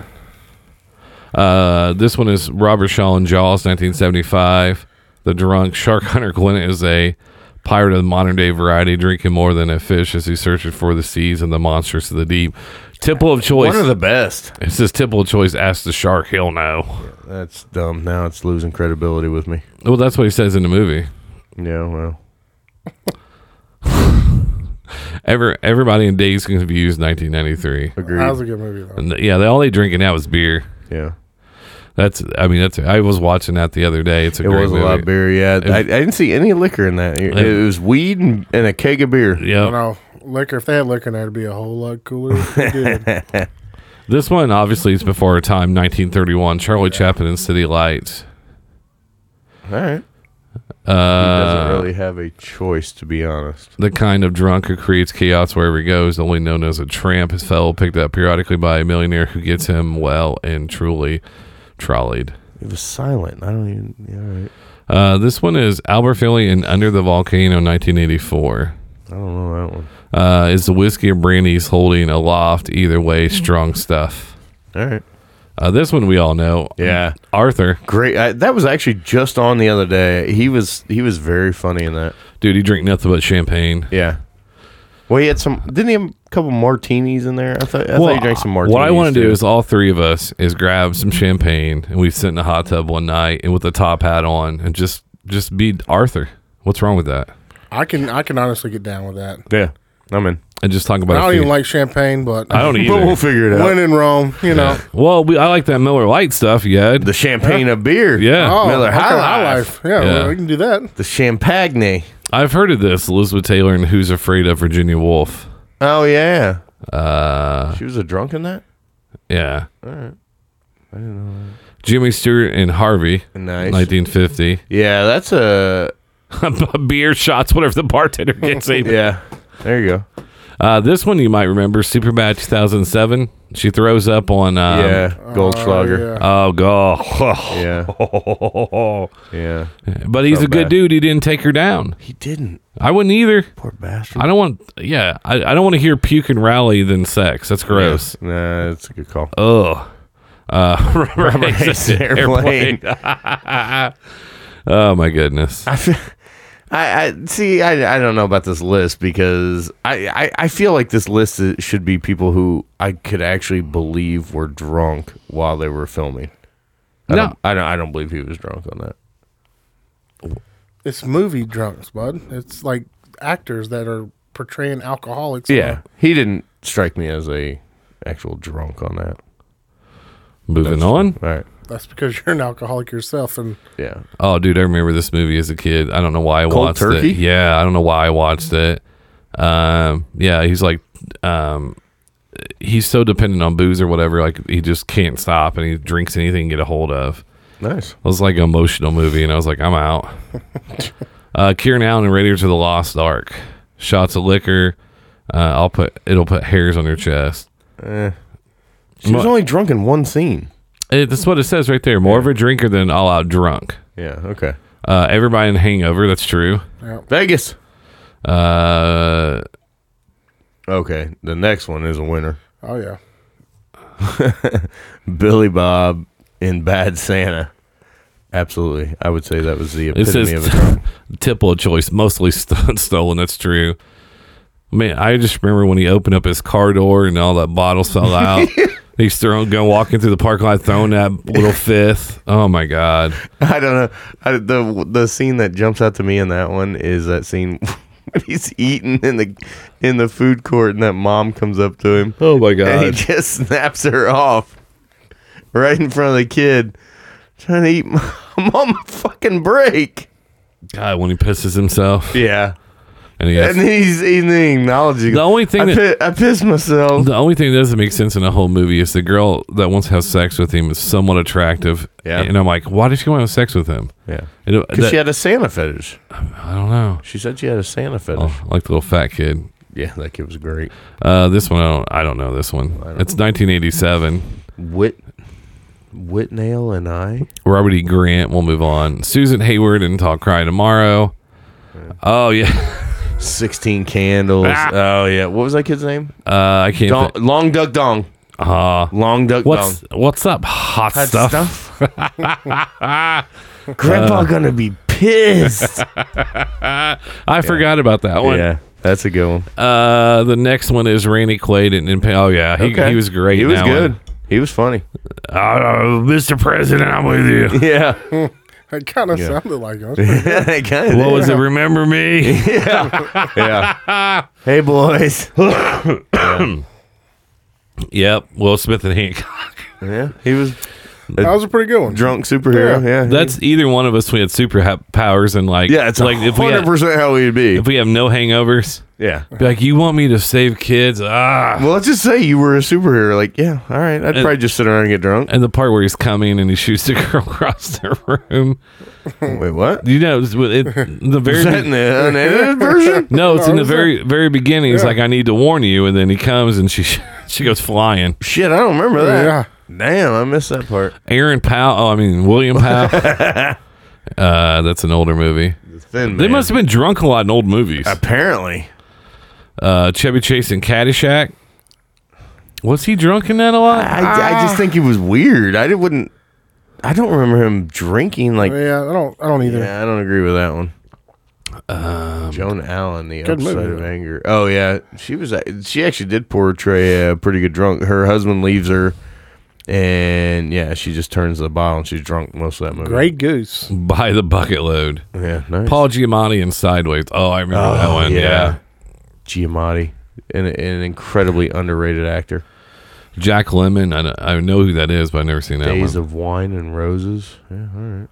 Speaker 6: that.
Speaker 4: Uh, this one is Robert Shaw and Jaws, 1975. The drunk shark hunter Glenn is a pirate of the modern day variety, drinking more than a fish as he searches for the seas and the monsters of the deep. Tipple of choice.
Speaker 5: One of the best.
Speaker 4: it says tipple of choice. Ask the shark. He'll know.
Speaker 5: That's dumb. Now it's losing credibility with me.
Speaker 4: Well, that's what he says in the movie.
Speaker 5: Yeah, well,
Speaker 4: Ever everybody in Days Confused, 1993.
Speaker 5: agreed.
Speaker 6: That was a good movie though.
Speaker 4: And yeah, the only drinking now is beer.
Speaker 5: yeah,
Speaker 4: That's I mean that's I was watching that the other day. It's a
Speaker 5: it
Speaker 4: great
Speaker 5: was a
Speaker 4: movie.
Speaker 5: lot of beer. Yeah, I, I didn't see any liquor in that. It, it was weed and, and a keg of beer.
Speaker 6: I
Speaker 4: Yeah,
Speaker 6: don't know. Liquor, if they had liquor, in there, it'd be a whole lot cooler. if they did.
Speaker 4: this one obviously is before our time. 1931, Charlie Chaplin and City Lights.
Speaker 5: All right. he
Speaker 4: Uh,
Speaker 5: doesn't really have a choice, to be honest.
Speaker 4: the kind of drunk who creates chaos wherever he goes, only known as a tramp. His fellow picked up periodically by a millionaire who gets him well and truly trolleyed.
Speaker 5: It was silent. I don't even. Yeah, all right.
Speaker 4: Uh, this one is Albert Finney in Under the Volcano, 1984.
Speaker 5: I don't know that one.
Speaker 4: Uh, is the whiskey or brandy he's holding aloft? Either way, strong stuff.
Speaker 5: All right.
Speaker 4: Uh, this one we all know.
Speaker 5: Yeah.
Speaker 4: Arthur.
Speaker 5: Great. I, that was actually just on the other day. He was he was very funny in that.
Speaker 4: Dude, he drank nothing but champagne.
Speaker 5: Yeah. Well, he had some. Didn't he have a couple martinis in there? I thought, I thought he drank some martinis.
Speaker 4: what I want to
Speaker 5: too.
Speaker 4: do is all three of us is grab some champagne and we sit in a hot tub one night and with a top hat on and just just be Arthur. What's wrong with that?
Speaker 6: I can, I can honestly get down with that.
Speaker 5: Yeah. I'm in.
Speaker 4: And just talk about.
Speaker 6: I
Speaker 4: a
Speaker 6: don't
Speaker 4: few-
Speaker 6: even like champagne, but
Speaker 4: I don't
Speaker 5: But we'll
Speaker 4: either.
Speaker 5: figure it out.
Speaker 6: when in Rome, you know.
Speaker 4: well, we, I like that Miller Light stuff. Yeah,
Speaker 5: The champagne of beer.
Speaker 4: yeah.
Speaker 6: Oh,
Speaker 5: Miller
Speaker 6: okay,
Speaker 5: High
Speaker 6: High
Speaker 5: Life.
Speaker 6: Life. Yeah,
Speaker 4: Yeah.
Speaker 6: well, we can do that.
Speaker 5: The champagne.
Speaker 4: I've heard of this. Elizabeth Taylor and Who's Afraid of Virginia Woolf.
Speaker 5: Oh, yeah.
Speaker 4: Uh,
Speaker 5: She was a drunk in that?
Speaker 4: yeah. All right. I didn't know. Jimmy Stewart and Harvey,
Speaker 5: Nice.
Speaker 4: 1950.
Speaker 5: Yeah, that's a.
Speaker 4: Beer shots, whatever the bartender gets. in.
Speaker 5: Yeah. There you go.
Speaker 4: Uh, this one you might remember, Superbad 2007. She throws up on. Um,
Speaker 5: yeah.
Speaker 6: yeah.
Speaker 5: Goldschlager.
Speaker 4: Oh god.
Speaker 5: Yeah. yeah.
Speaker 4: But he's
Speaker 5: So
Speaker 4: a good
Speaker 5: bad.
Speaker 4: dude. He didn't take her down.
Speaker 5: He didn't.
Speaker 4: I wouldn't either.
Speaker 5: Poor bastard.
Speaker 4: I don't want. Yeah, I, I don't want to hear puke and rally than sex. That's gross.
Speaker 5: Nah, that's a good call.
Speaker 4: Ugh. Uh, rubber
Speaker 5: Ace
Speaker 4: Ace's
Speaker 5: Airplane.
Speaker 4: oh my goodness.
Speaker 5: I, feel, I, I see. I, I don't know about this list because I, I, I feel like this list is- should be people who I could actually believe were drunk while they were filming. I
Speaker 4: No.
Speaker 5: don't, I don't. I don't believe he was drunk on that.
Speaker 6: It's movie drunks, bud. It's like actors that are portraying alcoholics.
Speaker 5: Yeah, he didn't strike me as a actual drunk on that.
Speaker 4: Moving on.
Speaker 5: All right.
Speaker 6: That's because you're an alcoholic yourself, and
Speaker 5: Yeah.
Speaker 4: Oh, dude, I remember this movie as a kid. I don't know why I
Speaker 5: Cold
Speaker 4: watched
Speaker 5: Turkey?
Speaker 4: it. Yeah, I don't know why I watched it. Um, yeah, he's like, um, he's so dependent on booze or whatever. Like he just can't stop, and he drinks anything he can get a hold of.
Speaker 5: Nice.
Speaker 4: It was like an emotional movie, and I was like, I'm out. uh, Kieran Allen and Raiders of the Lost Ark. Shots of liquor. Uh, I'll put it'll put hairs on your chest.
Speaker 5: She was
Speaker 4: Mo-
Speaker 5: only drunk in one scene.
Speaker 4: It, that's what it says right there. More of a drinker than all out drunk.
Speaker 5: Yeah. Okay.
Speaker 4: Uh, everybody in Hangover. That's true.
Speaker 5: Vegas.
Speaker 4: Uh,
Speaker 5: Okay. The next one is a winner.
Speaker 6: Oh yeah.
Speaker 5: Billy Bob in Bad Santa. Absolutely. I would say that was the
Speaker 4: it
Speaker 5: epitome of a
Speaker 4: says
Speaker 5: drunk.
Speaker 4: tipple of choice, mostly st- stolen. That's true. Man, I just remember when he opened up his car door and all that bottles fell out. He's throwing, going walking through the parking lot, throwing that little fifth. Oh my god!
Speaker 5: I don't know. I, the the scene that jumps out to me in that one is that scene when he's eating in the in the food court and that mom comes up to him.
Speaker 4: Oh my
Speaker 5: and he just snaps her off right in front of the kid trying to eat my mom a fucking break
Speaker 4: God, when he pisses himself,
Speaker 5: yeah
Speaker 4: and he has,
Speaker 5: and he's and he acknowledging
Speaker 4: The only thing
Speaker 5: I,
Speaker 4: that-
Speaker 5: pi- I pissed myself
Speaker 4: the only thing that doesn't make sense in the whole movie is the girl that wants to have sex with him is somewhat attractive.
Speaker 5: Yeah.
Speaker 4: and I'm like, why did she want to have sex with him?
Speaker 5: yeah
Speaker 4: It-
Speaker 5: because
Speaker 4: that-
Speaker 5: she had a Santa fetish
Speaker 4: I don't know.
Speaker 5: she said she had a Santa fetish
Speaker 4: Oh, like the little fat kid.
Speaker 5: yeah that kid was great
Speaker 4: Uh, this one, I don't, I don't know this one. It's 1987.
Speaker 5: Whit Whitnail and I
Speaker 4: Robert E. Grant. We'll move on. Susan Hayward and I'll Cry Tomorrow. Oh yeah,
Speaker 5: 16 candles
Speaker 4: Ah.
Speaker 5: oh yeah what was that kid's name
Speaker 4: uh, I can't.
Speaker 5: Dong,
Speaker 4: think-
Speaker 5: long duck dong
Speaker 4: Uh,
Speaker 5: long duck dong
Speaker 4: what's what's up, hot
Speaker 5: Hot
Speaker 4: stuff? Uh.
Speaker 5: grandpa gonna be pissed
Speaker 4: I forgot about that one.
Speaker 5: yeah that's a good one
Speaker 4: Uh, the next one is Randy Quaid and, and oh yeah, he,
Speaker 5: Okay.
Speaker 4: he was great.
Speaker 5: He
Speaker 4: in
Speaker 5: was
Speaker 4: that
Speaker 5: good.
Speaker 4: one.
Speaker 5: He was funny.
Speaker 4: Uh, Mr. President, I'm with you.
Speaker 5: Yeah.
Speaker 6: It kind of sounded like us.
Speaker 4: What was it? Remember me?
Speaker 5: Hey boys.
Speaker 4: yep. Will Smith and Hancock.
Speaker 5: yeah. He was
Speaker 6: That was a pretty good one.
Speaker 5: drunk superhero. Yeah.
Speaker 4: That's either one of us. We had super ha- powers and like
Speaker 5: yeah, it's
Speaker 4: like
Speaker 5: like
Speaker 4: if we
Speaker 5: hundred
Speaker 4: had,
Speaker 5: percent how he'd be.
Speaker 4: if we have no hangovers.
Speaker 5: Yeah.
Speaker 4: Be like, you want me to save kids? Ah.
Speaker 5: Well, let's just say you were a superhero. Like, yeah, all right. I'd
Speaker 4: And-
Speaker 5: probably just sit around and get drunk.
Speaker 4: And the part where he's coming and he shoots the girl across the room.
Speaker 5: Wait, what?
Speaker 4: You know, it's with- it, the very
Speaker 5: Is that in Oh,
Speaker 4: be-
Speaker 5: the unedited version?
Speaker 4: no, it's in the very very beginning. He's like, I need to warn you, and then he comes and she she goes flying.
Speaker 5: Shit, I don't remember that.
Speaker 6: Yeah.
Speaker 5: Damn, I missed that part.
Speaker 4: Aaron Powell. Oh, I mean William Powell. uh, that's an older movie.
Speaker 5: Thin
Speaker 4: They
Speaker 5: man.
Speaker 4: must have been drunk a lot in old movies.
Speaker 5: apparently.
Speaker 4: Uh, Chevy Chase and Caddyshack. Was he drunk in that a lot?
Speaker 5: I,
Speaker 6: Ah.
Speaker 5: I just think he was weird. I didn't, wouldn't. I don't remember him drinking like
Speaker 6: Yeah, I don't. I don't either.
Speaker 5: Yeah, I don't agree with that one. Joan Allen, the
Speaker 6: Good
Speaker 5: upside
Speaker 6: movie,
Speaker 5: of
Speaker 6: though.
Speaker 5: anger. Oh yeah, she was. a- She actually did portray a pretty good drunk. Her husband leaves her, and yeah, she just turns the bottle and she's drunk most of that movie.
Speaker 6: Great goose.
Speaker 4: By the bucket load.
Speaker 5: Yeah, nice.
Speaker 4: Paul Giamatti in Sideways. Oh, I remember that one. yeah.
Speaker 5: Giamatti, an, an incredibly underrated actor.
Speaker 4: Jack Lemon. I, I know who that is, but I've never seen that
Speaker 5: Days
Speaker 4: one.
Speaker 5: of Wine and Roses. Yeah, all right.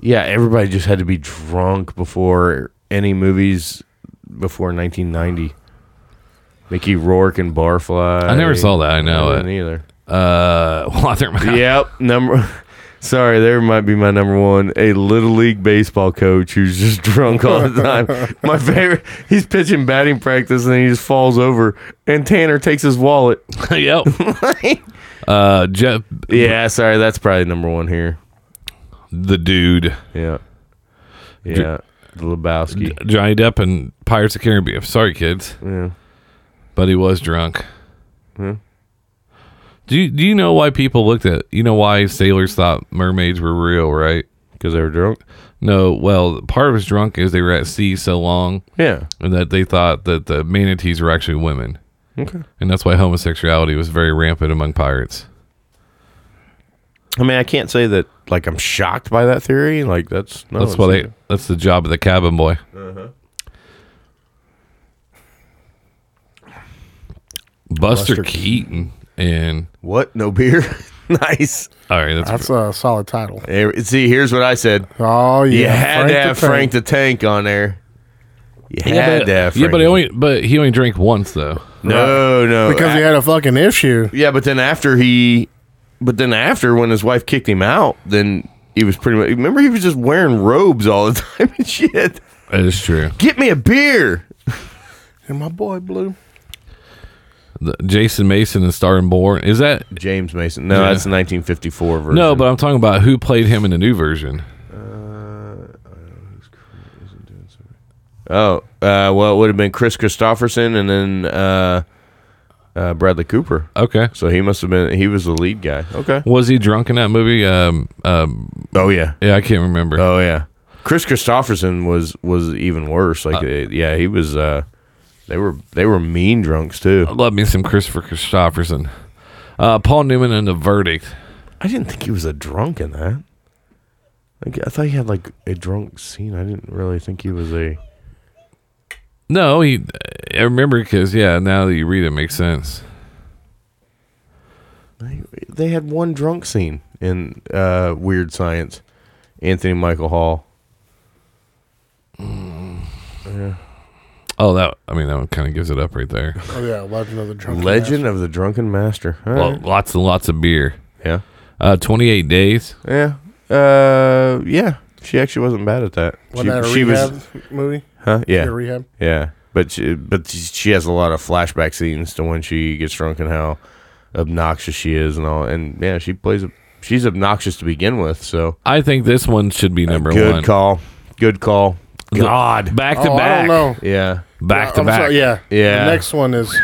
Speaker 5: Yeah, everybody just had to be drunk before any movies before 1990. Mickey Rourke and Barfly.
Speaker 4: I never saw that. I know
Speaker 5: didn't
Speaker 4: it.
Speaker 5: either.
Speaker 4: Uh, Watherman.
Speaker 5: yep, number. Sorry, there might be my number one. A little league baseball coach who's just drunk all the time. My favorite. He's pitching batting practice and he just falls over, and Tanner takes his wallet.
Speaker 4: yep. uh, Jeff,
Speaker 5: Yeah, sorry, that's probably number one here.
Speaker 4: the dude,
Speaker 5: Yeah. Yeah. The Lebowski.
Speaker 4: Johnny Depp, and Pirates of the Caribbean. Sorry, kids,
Speaker 5: yeah. Hmm.
Speaker 4: but he was drunk. Do you, do you know why people looked at you know why sailors thought mermaids were real right?
Speaker 5: Because they were drunk?
Speaker 4: No, well, part of us drunk is they were at sea so long
Speaker 5: Yeah.
Speaker 4: and that they thought that the manatees were actually women,
Speaker 5: Okay.
Speaker 4: and that's why homosexuality was very rampant among pirates.
Speaker 5: I mean, I can't say that, like, I'm shocked by that theory. Like, that's. No,
Speaker 4: That's
Speaker 5: it's-
Speaker 4: why they. That's the job of the cabin boy. Buster, Keaton and
Speaker 5: What? No beer? nice.
Speaker 4: all right, that's,
Speaker 6: That's a solid title.
Speaker 5: Here- See, here's what I said.
Speaker 6: Oh yeah.
Speaker 5: You had to have
Speaker 6: Tank.
Speaker 5: Frank the Tank on there. You had
Speaker 4: yeah, but,
Speaker 5: to have
Speaker 4: yeah,
Speaker 5: Frank
Speaker 4: but he
Speaker 5: the-
Speaker 4: only but he only drank once though.
Speaker 5: No, no.
Speaker 6: because he
Speaker 5: A-
Speaker 6: had a fucking issue.
Speaker 5: yeah, but then after he But then after, when his wife kicked him out, then he was pretty much. Remember, he was just wearing robes all the time and shit.
Speaker 4: That is true.
Speaker 5: Get me a beer.
Speaker 6: And my boy Blue.
Speaker 4: The, Jason Mason and Starring Born. Is that
Speaker 5: James Mason. No,
Speaker 4: Yeah.
Speaker 5: that's the 1954 version. Uh,
Speaker 4: no? But I'm talking about who played him in the new version.
Speaker 5: oh, uh, well, it would have been Chris Christopherson and then uh, uh, Bradley Cooper.
Speaker 4: Okay.
Speaker 5: So he must have been. He was the lead guy. Okay.
Speaker 4: Was he drunk in that movie? Um, um,
Speaker 5: Oh yeah.
Speaker 4: yeah, I can't remember.
Speaker 5: Oh yeah. Chris Christopherson was was even worse. Like uh, yeah, he was. Uh, they were they were mean drunks too.
Speaker 4: I love me some Christopher Christopherson. Uh, Paul Newman and The Verdict.
Speaker 5: I didn't think he was a drunk in that. Like, I thought he had like a drunk scene. I didn't really think he was a.
Speaker 4: No, he. I remember because yeah. Now that you read it, it makes sense.
Speaker 5: They, they had one drunk scene in uh, Weird Science. Anthony Michael Hall.
Speaker 4: Oh, that. I mean, that one kind of gives it up right there.
Speaker 6: Oh yeah, Legend of the Drunken
Speaker 5: Legend
Speaker 6: Master.
Speaker 5: of the Drunken Master. All
Speaker 4: Lo-
Speaker 5: right.
Speaker 4: lots and lots of beer.
Speaker 5: Yeah.
Speaker 4: Uh, 28 days.
Speaker 5: Yeah. Uh, yeah. She actually wasn't bad at that.
Speaker 6: Wasn't that a
Speaker 5: she, she
Speaker 6: rehab
Speaker 5: was.
Speaker 6: movie?
Speaker 5: Huh? Yeah.
Speaker 6: A rehab.
Speaker 5: Yeah, but she, but she- she has a lot of flashback scenes to when she gets drunk and how obnoxious she is and all. And yeah, she plays. a- She's obnoxious to begin with. So
Speaker 4: I think this one should be number
Speaker 5: good
Speaker 4: one.
Speaker 5: call. Good call.
Speaker 4: The-
Speaker 5: God.
Speaker 4: Back to
Speaker 6: Oh,
Speaker 4: back.
Speaker 6: I don't know.
Speaker 5: Yeah.
Speaker 4: Back to
Speaker 6: I'm
Speaker 4: back.
Speaker 6: sorry, yeah.
Speaker 5: Yeah.
Speaker 6: The next one is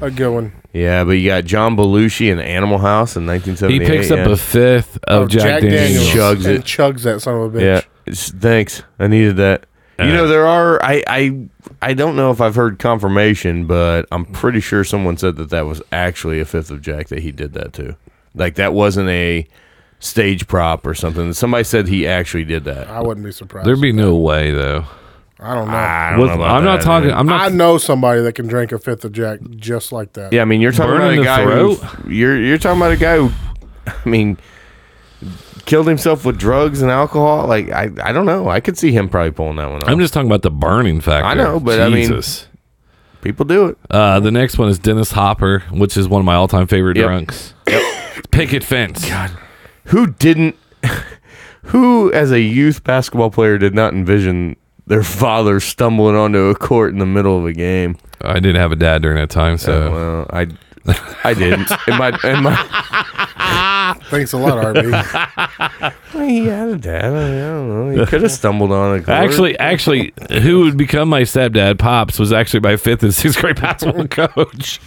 Speaker 6: a good one.
Speaker 5: Yeah, but you got John Belushi in Animal House in
Speaker 4: He
Speaker 5: 1978.
Speaker 4: picks up
Speaker 5: yeah.
Speaker 4: a fifth of
Speaker 6: Oh,
Speaker 4: Jack, Daniels.
Speaker 5: Chugs
Speaker 6: and
Speaker 5: it.
Speaker 6: Chugs that son of a bitch.
Speaker 5: Yeah. It's- thanks. I needed that. You know there are I, I I don't know if I've heard confirmation, but I'm pretty sure someone said that that was actually a fifth of Jack that he did that to. Like that wasn't a stage prop or something. Somebody said he actually did that.
Speaker 6: I wouldn't be surprised.
Speaker 4: There'd be no way though.
Speaker 6: I don't know.
Speaker 5: I
Speaker 6: I,
Speaker 5: don't
Speaker 4: With-
Speaker 5: know about
Speaker 4: I'm not
Speaker 5: that,
Speaker 4: talking.
Speaker 5: man.
Speaker 4: I'm not.
Speaker 6: know somebody that can drink a fifth of Jack just like that.
Speaker 5: Yeah, I mean you're talking
Speaker 4: Burning
Speaker 5: about
Speaker 4: the
Speaker 5: a guy
Speaker 4: throat?
Speaker 5: who you're you're talking about a guy who I mean killed himself with drugs and alcohol. Like I I don't know. I could see him probably pulling that one off.
Speaker 4: I'm just talking about the burning factor.
Speaker 5: I know, but I mean-
Speaker 4: Jesus.
Speaker 5: People do it.
Speaker 4: Uh, the next one is Dennis Hopper, which is one of my all-time favorite
Speaker 5: Yep.
Speaker 4: drunks. Picket fence.
Speaker 5: who didn't who as a youth basketball player did not envision their father stumbling onto a court in the middle of a game
Speaker 4: I didn't have a dad during that time, so
Speaker 5: well i i didn't and my, and my
Speaker 6: Thanks a lot, RB.
Speaker 5: well, he had a dad i mean, I don't know he could have stumbled on a court
Speaker 4: actually, actually, who would become my stepdad, pops, was actually my fifth and sixth grade basketball coach.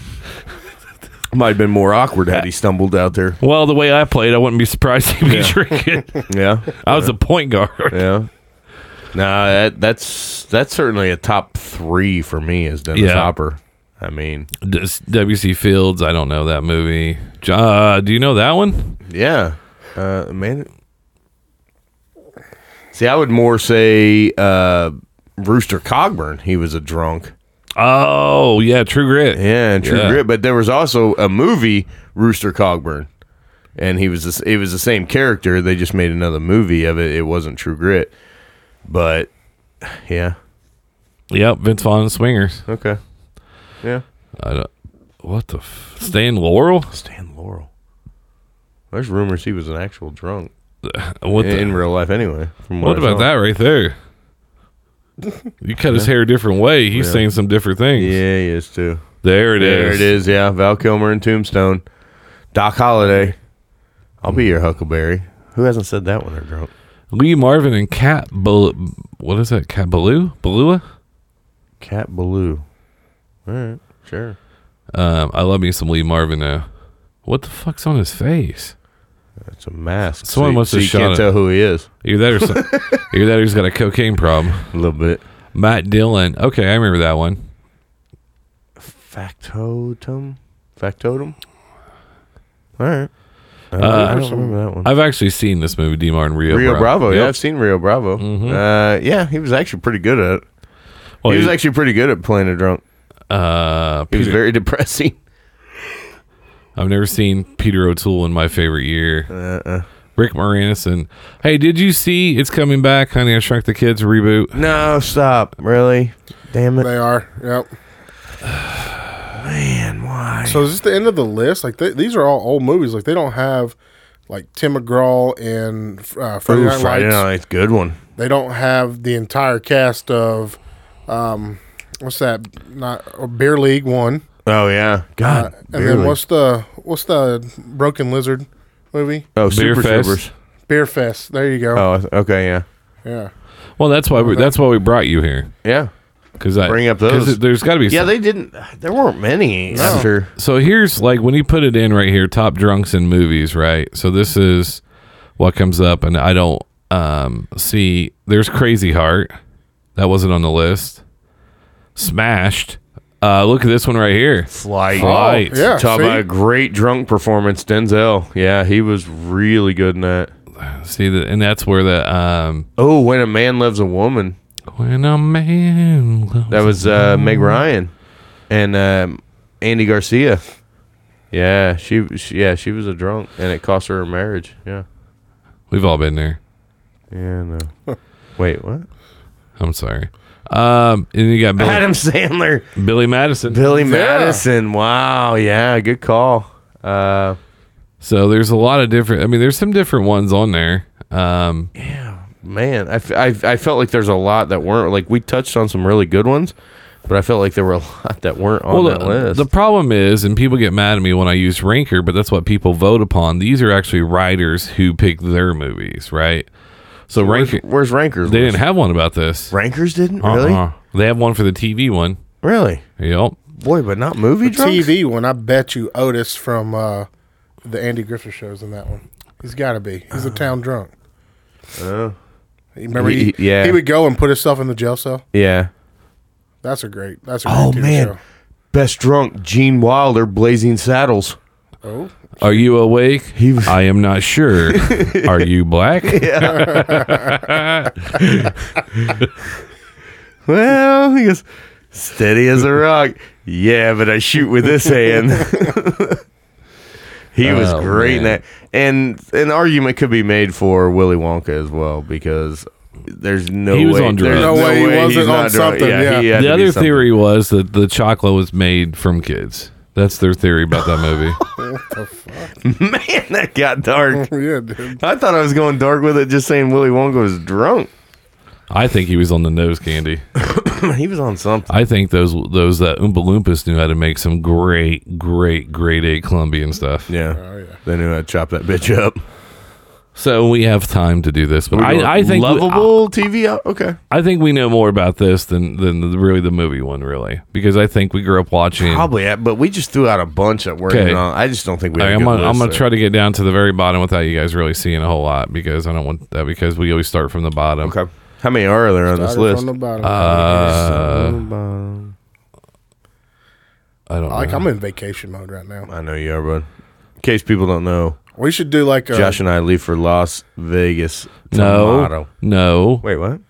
Speaker 5: might have been more awkward had he stumbled out there
Speaker 4: Well, the way I played, I wouldn't be surprised he'd be drinking.
Speaker 5: yeah
Speaker 4: I was a point guard.
Speaker 5: yeah nah that, that's that's certainly a top three for me as dennis
Speaker 4: Yeah.
Speaker 5: hopper i mean
Speaker 4: Does W.C. Fields. I don't know that movie. Jo- Uh, do you know that one?
Speaker 5: Yeah. Uh, man. See, I would more say uh, Rooster Cogburn. He was a drunk.
Speaker 4: Oh yeah, True Grit.
Speaker 5: Yeah, and True
Speaker 4: Yeah.
Speaker 5: Grit. But there was also a movie Rooster Cogburn, and he was the s it was the same character. They just made another movie of it. It wasn't True Grit, but yeah,
Speaker 4: Yep, Vince Vaughn and Swingers.
Speaker 5: okay, yeah.
Speaker 4: I don't, what the f- Stan Laurel?
Speaker 5: Stan Laurel. There's rumors he was an actual drunk
Speaker 4: What
Speaker 5: in,
Speaker 4: the-
Speaker 5: in real life, anyway. From
Speaker 4: What
Speaker 5: I
Speaker 4: about
Speaker 5: saw.
Speaker 4: that right there? You cut his hair a different way. He's saying some different things.
Speaker 5: Yeah, he is too.
Speaker 4: There it
Speaker 5: There
Speaker 4: is.
Speaker 5: it is. Yeah, Val Kilmer and Tombstone. Doc Holliday. I'll be your Huckleberry. Who hasn't said that when they're drunk?
Speaker 4: Lee Marvin and Cat Bal- What is that? Cat Baloo? Balua?
Speaker 5: Cat Baloo. All right, sure.
Speaker 4: Um, I love me some Lee Marvin now. What the fuck's on his face?
Speaker 5: That's a mask.
Speaker 4: Someone
Speaker 5: so,
Speaker 4: must
Speaker 5: so
Speaker 4: have
Speaker 5: you
Speaker 4: shot
Speaker 5: can't
Speaker 4: it.
Speaker 5: tell who he is.
Speaker 4: Either that or some, either that or he's got a cocaine problem.
Speaker 5: A little bit.
Speaker 4: Matt Dillon. Okay, I remember that one.
Speaker 5: Factotum. Factotum. All right. I
Speaker 4: Uh,
Speaker 5: don't, I don't remember that one.
Speaker 4: I've actually seen this movie, D. Martin Rio, Mm-hmm.
Speaker 5: Rio Bravo. Yeah,
Speaker 4: Yep.
Speaker 5: I've seen Rio Bravo. Uh, yeah, he was actually pretty good at it.
Speaker 4: Well,
Speaker 5: he was actually pretty good at playing a drunk.
Speaker 4: Oh, uh,
Speaker 5: He was
Speaker 4: Peter-
Speaker 5: very depressing.
Speaker 4: I've never seen Peter O'Toole in my favorite year.
Speaker 5: Uh,
Speaker 4: Rick Moranis and hey, did you see it's coming back, Honey? I Shrunk the Kids reboot.
Speaker 5: No, stop. Really? Damn it.
Speaker 6: they are. Yep.
Speaker 5: Man, why?
Speaker 6: So is this the end of the list? Like th- these are all old movies. Like they don't have like Tim McGraw and uh, Friday
Speaker 5: Ooh,
Speaker 6: Night
Speaker 5: Friday
Speaker 6: Lights.
Speaker 5: Night's a good one.
Speaker 6: They don't have the entire cast of um, what's that? Not or Beer League one.
Speaker 5: Oh yeah,
Speaker 6: Uh,
Speaker 5: God.
Speaker 6: and
Speaker 5: barely.
Speaker 6: then what's the what's the Broken Lizard movie?
Speaker 5: oh
Speaker 4: Beer
Speaker 5: Super
Speaker 4: Fest?
Speaker 5: Sobers?
Speaker 6: Beer Fest. There you go.
Speaker 5: Oh, I th- okay, yeah,
Speaker 6: Yeah.
Speaker 4: Well, that's why we, that's why we brought you here
Speaker 5: yeah,
Speaker 4: because I
Speaker 5: Bring up
Speaker 4: 'cause
Speaker 5: those.
Speaker 4: There's got to be
Speaker 5: yeah.
Speaker 4: some-
Speaker 5: They didn't. There weren't many after.
Speaker 4: So here's like when you put it in right here, top drunks in movies, right? So this is what comes up, and I don't um, see. There's Crazy Heart, that wasn't on the list. Smashed. Uh, look at this one right here.
Speaker 5: Flight.
Speaker 4: Flight.
Speaker 6: yeah.
Speaker 5: Talk
Speaker 6: see?
Speaker 5: about a great drunk performance, Denzel. Yeah, he was really good in that.
Speaker 4: See that, and that's where the um,
Speaker 5: Oh, when a man loves a woman.
Speaker 4: when a man. Loves
Speaker 5: That was uh, Meg Ryan and um, Andy Garcia. Yeah, she, she yeah she was a drunk, and it cost her her marriage. Yeah,
Speaker 4: We've all been there.
Speaker 5: yeah no. Wait, what?
Speaker 4: I'm sorry. Um, and you got Billy,
Speaker 5: Adam Sandler,
Speaker 4: Billy Madison.
Speaker 5: Billy Madison. Wow, yeah, good call. Uh,
Speaker 4: So there's a lot of different. I mean, there's some different ones on there. Um,
Speaker 5: man, I, f- I, f- I felt like there's a lot that weren't like we touched on some really good ones, but I felt like there were a lot that weren't on that
Speaker 4: the,
Speaker 5: list.
Speaker 4: the problem is, and people get mad at me when I use Ranker, but that's what people vote upon. These are actually writers who pick their movies, right? So
Speaker 5: where's,
Speaker 4: Ranker,
Speaker 5: where's Rankers?
Speaker 4: they
Speaker 5: list?
Speaker 4: didn't have one about this.
Speaker 5: Rankers didn't really,
Speaker 4: Uh-uh. They have one for the TV one.
Speaker 5: really.
Speaker 4: Yep.
Speaker 5: Boy, but not movie drunks.
Speaker 6: TV one. I bet you Otis from uh, the Andy Griffith shows in that one. He's got to be. He's a town drunk. Oh. Remember,
Speaker 5: He-
Speaker 6: he,
Speaker 5: he- yeah.
Speaker 6: he would go and put himself in the jail cell.
Speaker 5: Yeah.
Speaker 6: That's a great. That's a great
Speaker 5: Oh
Speaker 6: TV
Speaker 5: man,
Speaker 6: show.
Speaker 5: best drunk Gene Wilder, Blazing Saddles.
Speaker 4: Are you awake? I am not sure. Are you black?
Speaker 5: Well, he goes steady as a rock. Yeah, but I shoot with this hand. he was
Speaker 4: Oh,
Speaker 5: great
Speaker 4: man.
Speaker 5: in that, and an argument could be made for Willy Wonka as well because there's no
Speaker 4: He
Speaker 5: way,
Speaker 4: was on drugs.
Speaker 5: there's
Speaker 4: No
Speaker 6: way he
Speaker 5: he's
Speaker 6: wasn't
Speaker 5: not
Speaker 6: on
Speaker 5: drunk.
Speaker 6: something, yeah.
Speaker 5: he had to be
Speaker 4: the other
Speaker 5: something.
Speaker 4: theory was that the chocolate was made from kids. That's their theory about that movie.
Speaker 5: man, that got dark.
Speaker 6: Yeah, dude.
Speaker 5: I thought I was going dark with it, just saying Willy Wonka was drunk.
Speaker 4: I think he was on the nose candy.
Speaker 5: he was on something.
Speaker 4: I think those those that Oompa Loompas knew how to make some great, great, great A Colombian stuff.
Speaker 5: Yeah.
Speaker 6: Oh, yeah.
Speaker 5: They knew how to chop that bitch up.
Speaker 4: So we have time to do this. But I, I think
Speaker 5: lovable TV. out- Okay.
Speaker 4: I think we know more about this than than the, really the movie one, really, because I think we grew up watching.
Speaker 5: Probably, yeah, but we just threw out a bunch that weren't
Speaker 4: Okay.
Speaker 5: even on. I just don't think we.
Speaker 4: I,
Speaker 5: Had a
Speaker 4: am
Speaker 5: good
Speaker 4: gonna, I'm
Speaker 5: list
Speaker 4: gonna
Speaker 5: there.
Speaker 4: try to get down to the very bottom without you guys really seeing a whole lot because I don't want that because we always start from the bottom.
Speaker 5: Okay. How many are there on this
Speaker 6: Started
Speaker 5: list?
Speaker 6: from the bottom.
Speaker 4: Uh, I don't
Speaker 6: like
Speaker 4: know.
Speaker 6: I'm in vacation mode right now.
Speaker 5: I know you are, bud. In case people don't know,
Speaker 6: We should do like uh, a
Speaker 5: Josh and I leave for Las Vegas
Speaker 4: no,
Speaker 5: tomorrow.
Speaker 4: no,
Speaker 5: Wait, what?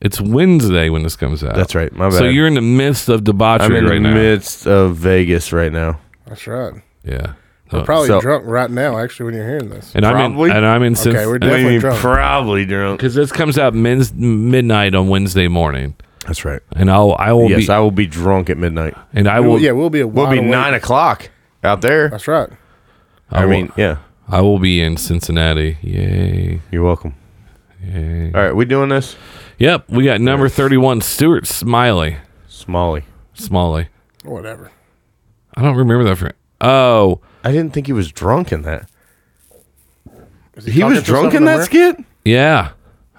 Speaker 4: it's Wednesday when this comes out.
Speaker 5: That's right. My bad.
Speaker 4: So you're in the midst of debauchery
Speaker 5: I'm in
Speaker 4: right
Speaker 5: the
Speaker 4: now.
Speaker 5: midst of Vegas right now.
Speaker 6: That's right.
Speaker 4: yeah. Uh,
Speaker 6: We're probably
Speaker 5: so-
Speaker 6: drunk right now. Actually, when you're hearing this,
Speaker 4: and
Speaker 5: Probably.
Speaker 4: I'm in, and I'm in
Speaker 6: Okay, we're
Speaker 5: I
Speaker 6: Definitely
Speaker 5: mean,
Speaker 6: drunk.
Speaker 5: probably drunk.
Speaker 4: because this comes out men's midnight on Wednesday morning,
Speaker 5: That's right.
Speaker 4: and I'll I will
Speaker 5: Yes,
Speaker 4: be
Speaker 5: I will be drunk at midnight.
Speaker 4: and I
Speaker 6: We'll-
Speaker 4: will
Speaker 6: yeah, we'll be a
Speaker 5: We'll be nine o'clock out there.
Speaker 6: That's right.
Speaker 4: I,
Speaker 5: I
Speaker 4: will-
Speaker 5: mean, yeah.
Speaker 4: I will be in Cincinnati. Yay!
Speaker 5: You're welcome.
Speaker 4: Yay!
Speaker 5: All right, we doing this?
Speaker 4: Yep, we got number thirty-one, Stuart Smiley.
Speaker 5: Smalley.
Speaker 4: Smalley.
Speaker 6: Whatever.
Speaker 4: I don't remember that for. Oh,
Speaker 5: I didn't think he was drunk in that.
Speaker 6: Is
Speaker 5: He
Speaker 6: talking
Speaker 5: was
Speaker 6: to someone
Speaker 5: drunk in
Speaker 6: over
Speaker 5: that
Speaker 6: there?
Speaker 5: skit?
Speaker 4: yeah.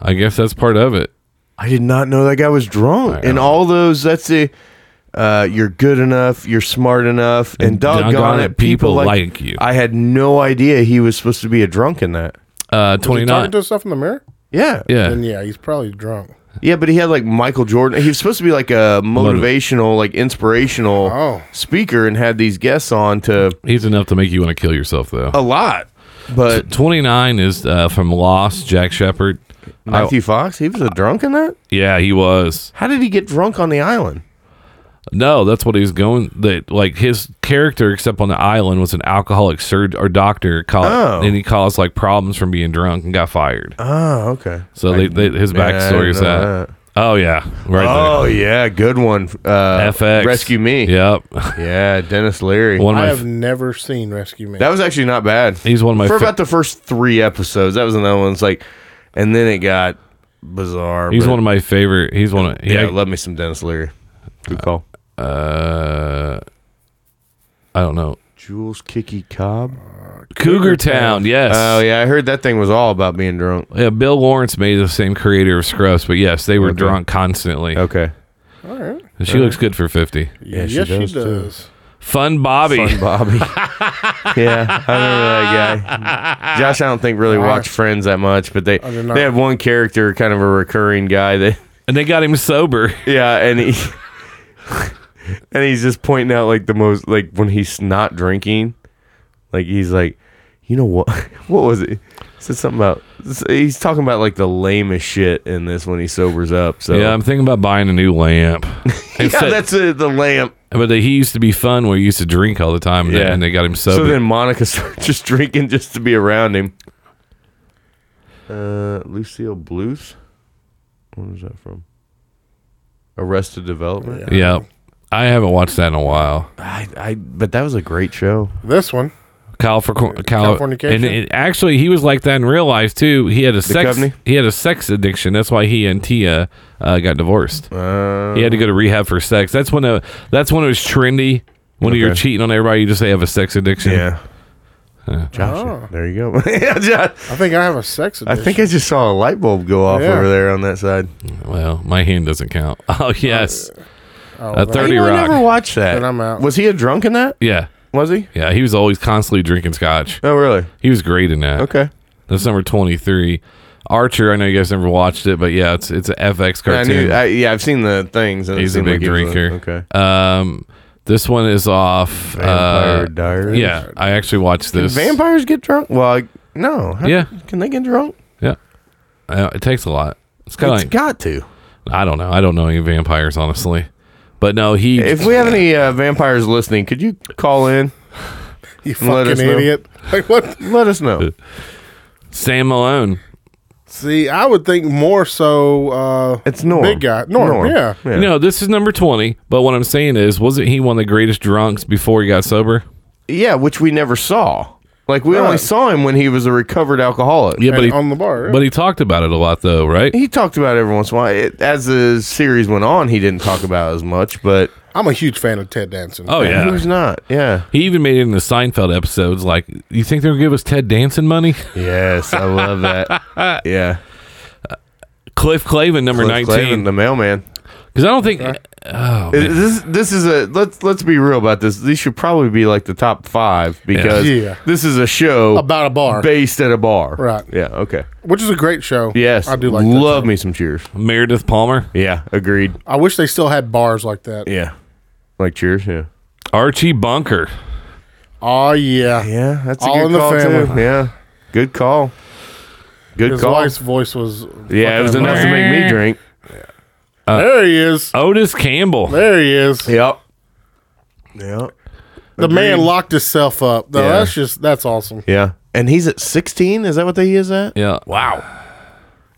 Speaker 4: I guess that's part of it.
Speaker 5: I did not know that guy was drunk.
Speaker 4: I
Speaker 5: And
Speaker 4: know.
Speaker 5: all those, that's the, uh, you're good enough, you're smart enough, and, doggone, it, people, like,
Speaker 4: like you.
Speaker 5: I had no idea he was supposed to be a drunk in that.
Speaker 4: Uh,
Speaker 6: Was he talking
Speaker 4: twenty-nine.
Speaker 6: to himself in the mirror?
Speaker 5: Yeah.
Speaker 6: Then
Speaker 4: Yeah.
Speaker 6: yeah, he's probably drunk.
Speaker 5: Yeah, but he had like Michael Jordan. He was supposed to be like a motivational, like inspirational
Speaker 6: Oh.
Speaker 5: speaker and had these guests on to
Speaker 4: He's enough to make you want to kill yourself, though.
Speaker 6: Oh.
Speaker 5: a lot. But
Speaker 4: 29 is uh, from Lost, Jack Shepard.
Speaker 5: Matthew Fox, he was a drunk in that?
Speaker 4: Yeah, he was.
Speaker 5: How did he get drunk on the island?
Speaker 4: No, that's what he's going. That like his character, except on the island, was an alcoholic surgeon or doctor, caused,
Speaker 5: Oh.
Speaker 4: and he caused like problems from being drunk and got fired.
Speaker 5: Oh, okay.
Speaker 4: So they, they, his
Speaker 5: Yeah, I
Speaker 4: backstory is
Speaker 5: didn't know
Speaker 4: that. Oh yeah, right
Speaker 5: oh yeah, good one. Uh,
Speaker 4: there. FX
Speaker 5: Rescue Me.
Speaker 4: Yep,
Speaker 5: yeah, Dennis Leary.
Speaker 4: one of
Speaker 6: I
Speaker 4: my
Speaker 6: have never seen Rescue Me.
Speaker 5: That was actually not bad.
Speaker 4: He's one of my
Speaker 5: for
Speaker 4: fa-
Speaker 5: about the first three episodes. That was another one. It's like, and then it got bizarre.
Speaker 4: he's
Speaker 5: but-
Speaker 4: one of my favorite. He's one of
Speaker 5: Yeah,
Speaker 4: yeah.
Speaker 5: love me some Dennis Leary. Good call.
Speaker 4: uh, I don't know.
Speaker 5: Jules Kiki Cobb.
Speaker 4: Cougar Town, yes.
Speaker 5: Oh yeah, I heard that thing was all about being drunk.
Speaker 4: yeah. Bill Lawrence made the same creator of Scrubs, but yes, they were drunk constantly.
Speaker 5: Okay.
Speaker 6: All right.
Speaker 4: And she looks good for fifty.
Speaker 5: Yeah,
Speaker 6: yes, she does.
Speaker 4: Fun Bobby.
Speaker 5: Fun Bobby. yeah, I remember that guy. Josh, I don't think really watched Friends that much, but they
Speaker 6: I did not.
Speaker 5: they had one character, kind of a recurring guy that
Speaker 4: and they got him sober.
Speaker 5: yeah, and he and he's just pointing out like the most like when he's not drinking, like he's like, you know what? What was it? He Said something about he's talking about like the lamest shit in this when he sobers up. So
Speaker 4: Yeah, I'm thinking about buying a new lamp.
Speaker 5: Yeah,
Speaker 4: Instead-
Speaker 5: that's uh the lamp.
Speaker 4: but they, he used to be fun where he used to drink all the time, and, they,
Speaker 5: Yeah.
Speaker 4: and they got him sober.
Speaker 5: So then Monica starts just drinking just to be around him. Uh, Lucille Bluth. Where was that from? Arrested Development.
Speaker 4: yeah, I haven't watched that in a while.
Speaker 5: I, I, but that was a great show.
Speaker 6: This one.
Speaker 4: Kyle for Cal,
Speaker 6: Californication?
Speaker 4: and it, actually he was like that in real life too. He had a sex
Speaker 5: Duchovny?
Speaker 4: he had a sex addiction. That's why he and Tia uh, got divorced.
Speaker 5: Oh.
Speaker 4: he had to go to rehab for sex. That's when uh that's when it was trendy. When you're
Speaker 5: Okay.
Speaker 4: cheating on everybody, you just say have a sex addiction.
Speaker 5: Josh, there you go. yeah, Josh.
Speaker 6: Oh. I think I have a sex
Speaker 5: I
Speaker 6: edition.
Speaker 5: think I just saw a light bulb go off
Speaker 6: Yeah.
Speaker 5: over there on that side.
Speaker 4: Well, my hand doesn't count. Oh yes,
Speaker 6: Oh,
Speaker 4: a
Speaker 6: that-
Speaker 4: thirty
Speaker 5: You know, I
Speaker 4: rock.
Speaker 5: never watched that.
Speaker 6: Then I'm out.
Speaker 5: Was he a drunk in that?
Speaker 4: yeah,
Speaker 5: Was he?
Speaker 4: yeah. He was always constantly drinking scotch.
Speaker 5: Oh, really?
Speaker 4: He was great in that.
Speaker 5: Okay.
Speaker 4: That's number twenty three. Archer. I know you guys never watched it, but yeah, it's it's an FX
Speaker 5: I
Speaker 4: cartoon.
Speaker 5: knew. I, yeah, I've seen the things. And it
Speaker 4: He's a
Speaker 5: seemed like
Speaker 4: big
Speaker 5: he was
Speaker 4: drinker.
Speaker 5: okay.
Speaker 4: Um, this one is off.
Speaker 5: Vampire
Speaker 4: uh,
Speaker 5: Diaries?
Speaker 4: Yeah, I actually watched this.
Speaker 5: Vampires get drunk? Well, I, no. How-
Speaker 4: Yeah.
Speaker 5: Can they get drunk?
Speaker 4: Yeah, Uh, it takes a lot. It's kind of
Speaker 5: It's
Speaker 4: like
Speaker 5: got to.
Speaker 4: I don't know. I don't know any vampires honestly, but no, he.
Speaker 5: If we have any uh, vampires listening, could you call in?
Speaker 6: you
Speaker 5: Let us
Speaker 6: fucking
Speaker 5: know.
Speaker 6: idiot. Like what?
Speaker 5: Let us know.
Speaker 4: Sam Malone.
Speaker 6: See, I would think more so. Uh,
Speaker 5: It's Norm.
Speaker 6: Big guy. Norm, yeah.
Speaker 4: No, this is number twenty. But what I'm saying is, wasn't he one of the greatest drunks before he got sober?
Speaker 5: Yeah, which we never saw. Like we only
Speaker 6: Right.
Speaker 5: saw him when he was a recovered alcoholic.
Speaker 4: Yeah, but
Speaker 6: and
Speaker 4: he,
Speaker 6: on the bar. yeah.
Speaker 4: but he talked about it a lot though, right?
Speaker 5: He talked about it every once in a while. It, as the series went on, he didn't talk about it as much, but
Speaker 6: I'm a huge fan of Ted Danson.
Speaker 4: Oh yeah.
Speaker 5: who's not? Yeah.
Speaker 4: He even made it in the Seinfeld episodes. Like, you think they'll give us Ted Danson money?
Speaker 5: Yes, I love that. yeah.
Speaker 4: Cliff Clavin, number
Speaker 5: Cliff
Speaker 4: nineteen.
Speaker 5: Clavin, the mailman.
Speaker 4: Because I don't think Oh,
Speaker 5: Is- This this is a let's let's be real about this. These should probably be like the top five because
Speaker 6: Yeah.
Speaker 5: this is a show
Speaker 6: About a bar,
Speaker 5: based at a bar.
Speaker 6: Right.
Speaker 5: Yeah. Okay.
Speaker 6: which is a great show.
Speaker 5: Yes.
Speaker 6: I do like. that
Speaker 5: Love
Speaker 6: show.
Speaker 5: me some Cheers.
Speaker 4: Meredith Palmer,
Speaker 5: Yeah. Agreed.
Speaker 6: I wish they still had bars like that.
Speaker 5: Yeah. Like Cheers. Yeah.
Speaker 4: Archie Bunker.
Speaker 6: Oh yeah,
Speaker 5: Yeah. That's a
Speaker 6: All
Speaker 5: good
Speaker 6: in the
Speaker 5: call
Speaker 6: family.
Speaker 5: too. Yeah. Good call. Good
Speaker 6: His
Speaker 5: call.
Speaker 6: wife's voice was.
Speaker 5: yeah. It was uh,
Speaker 6: fucking
Speaker 5: enough to make me drink.
Speaker 6: there he is.
Speaker 4: Otis Campbell.
Speaker 6: There he is.
Speaker 5: Yep. Yep.
Speaker 6: the man locked himself up. Though
Speaker 5: Yeah.
Speaker 6: that's just that's awesome.
Speaker 5: Yeah. And he's at 16. Is that what they is at?
Speaker 4: Yeah.
Speaker 5: Wow.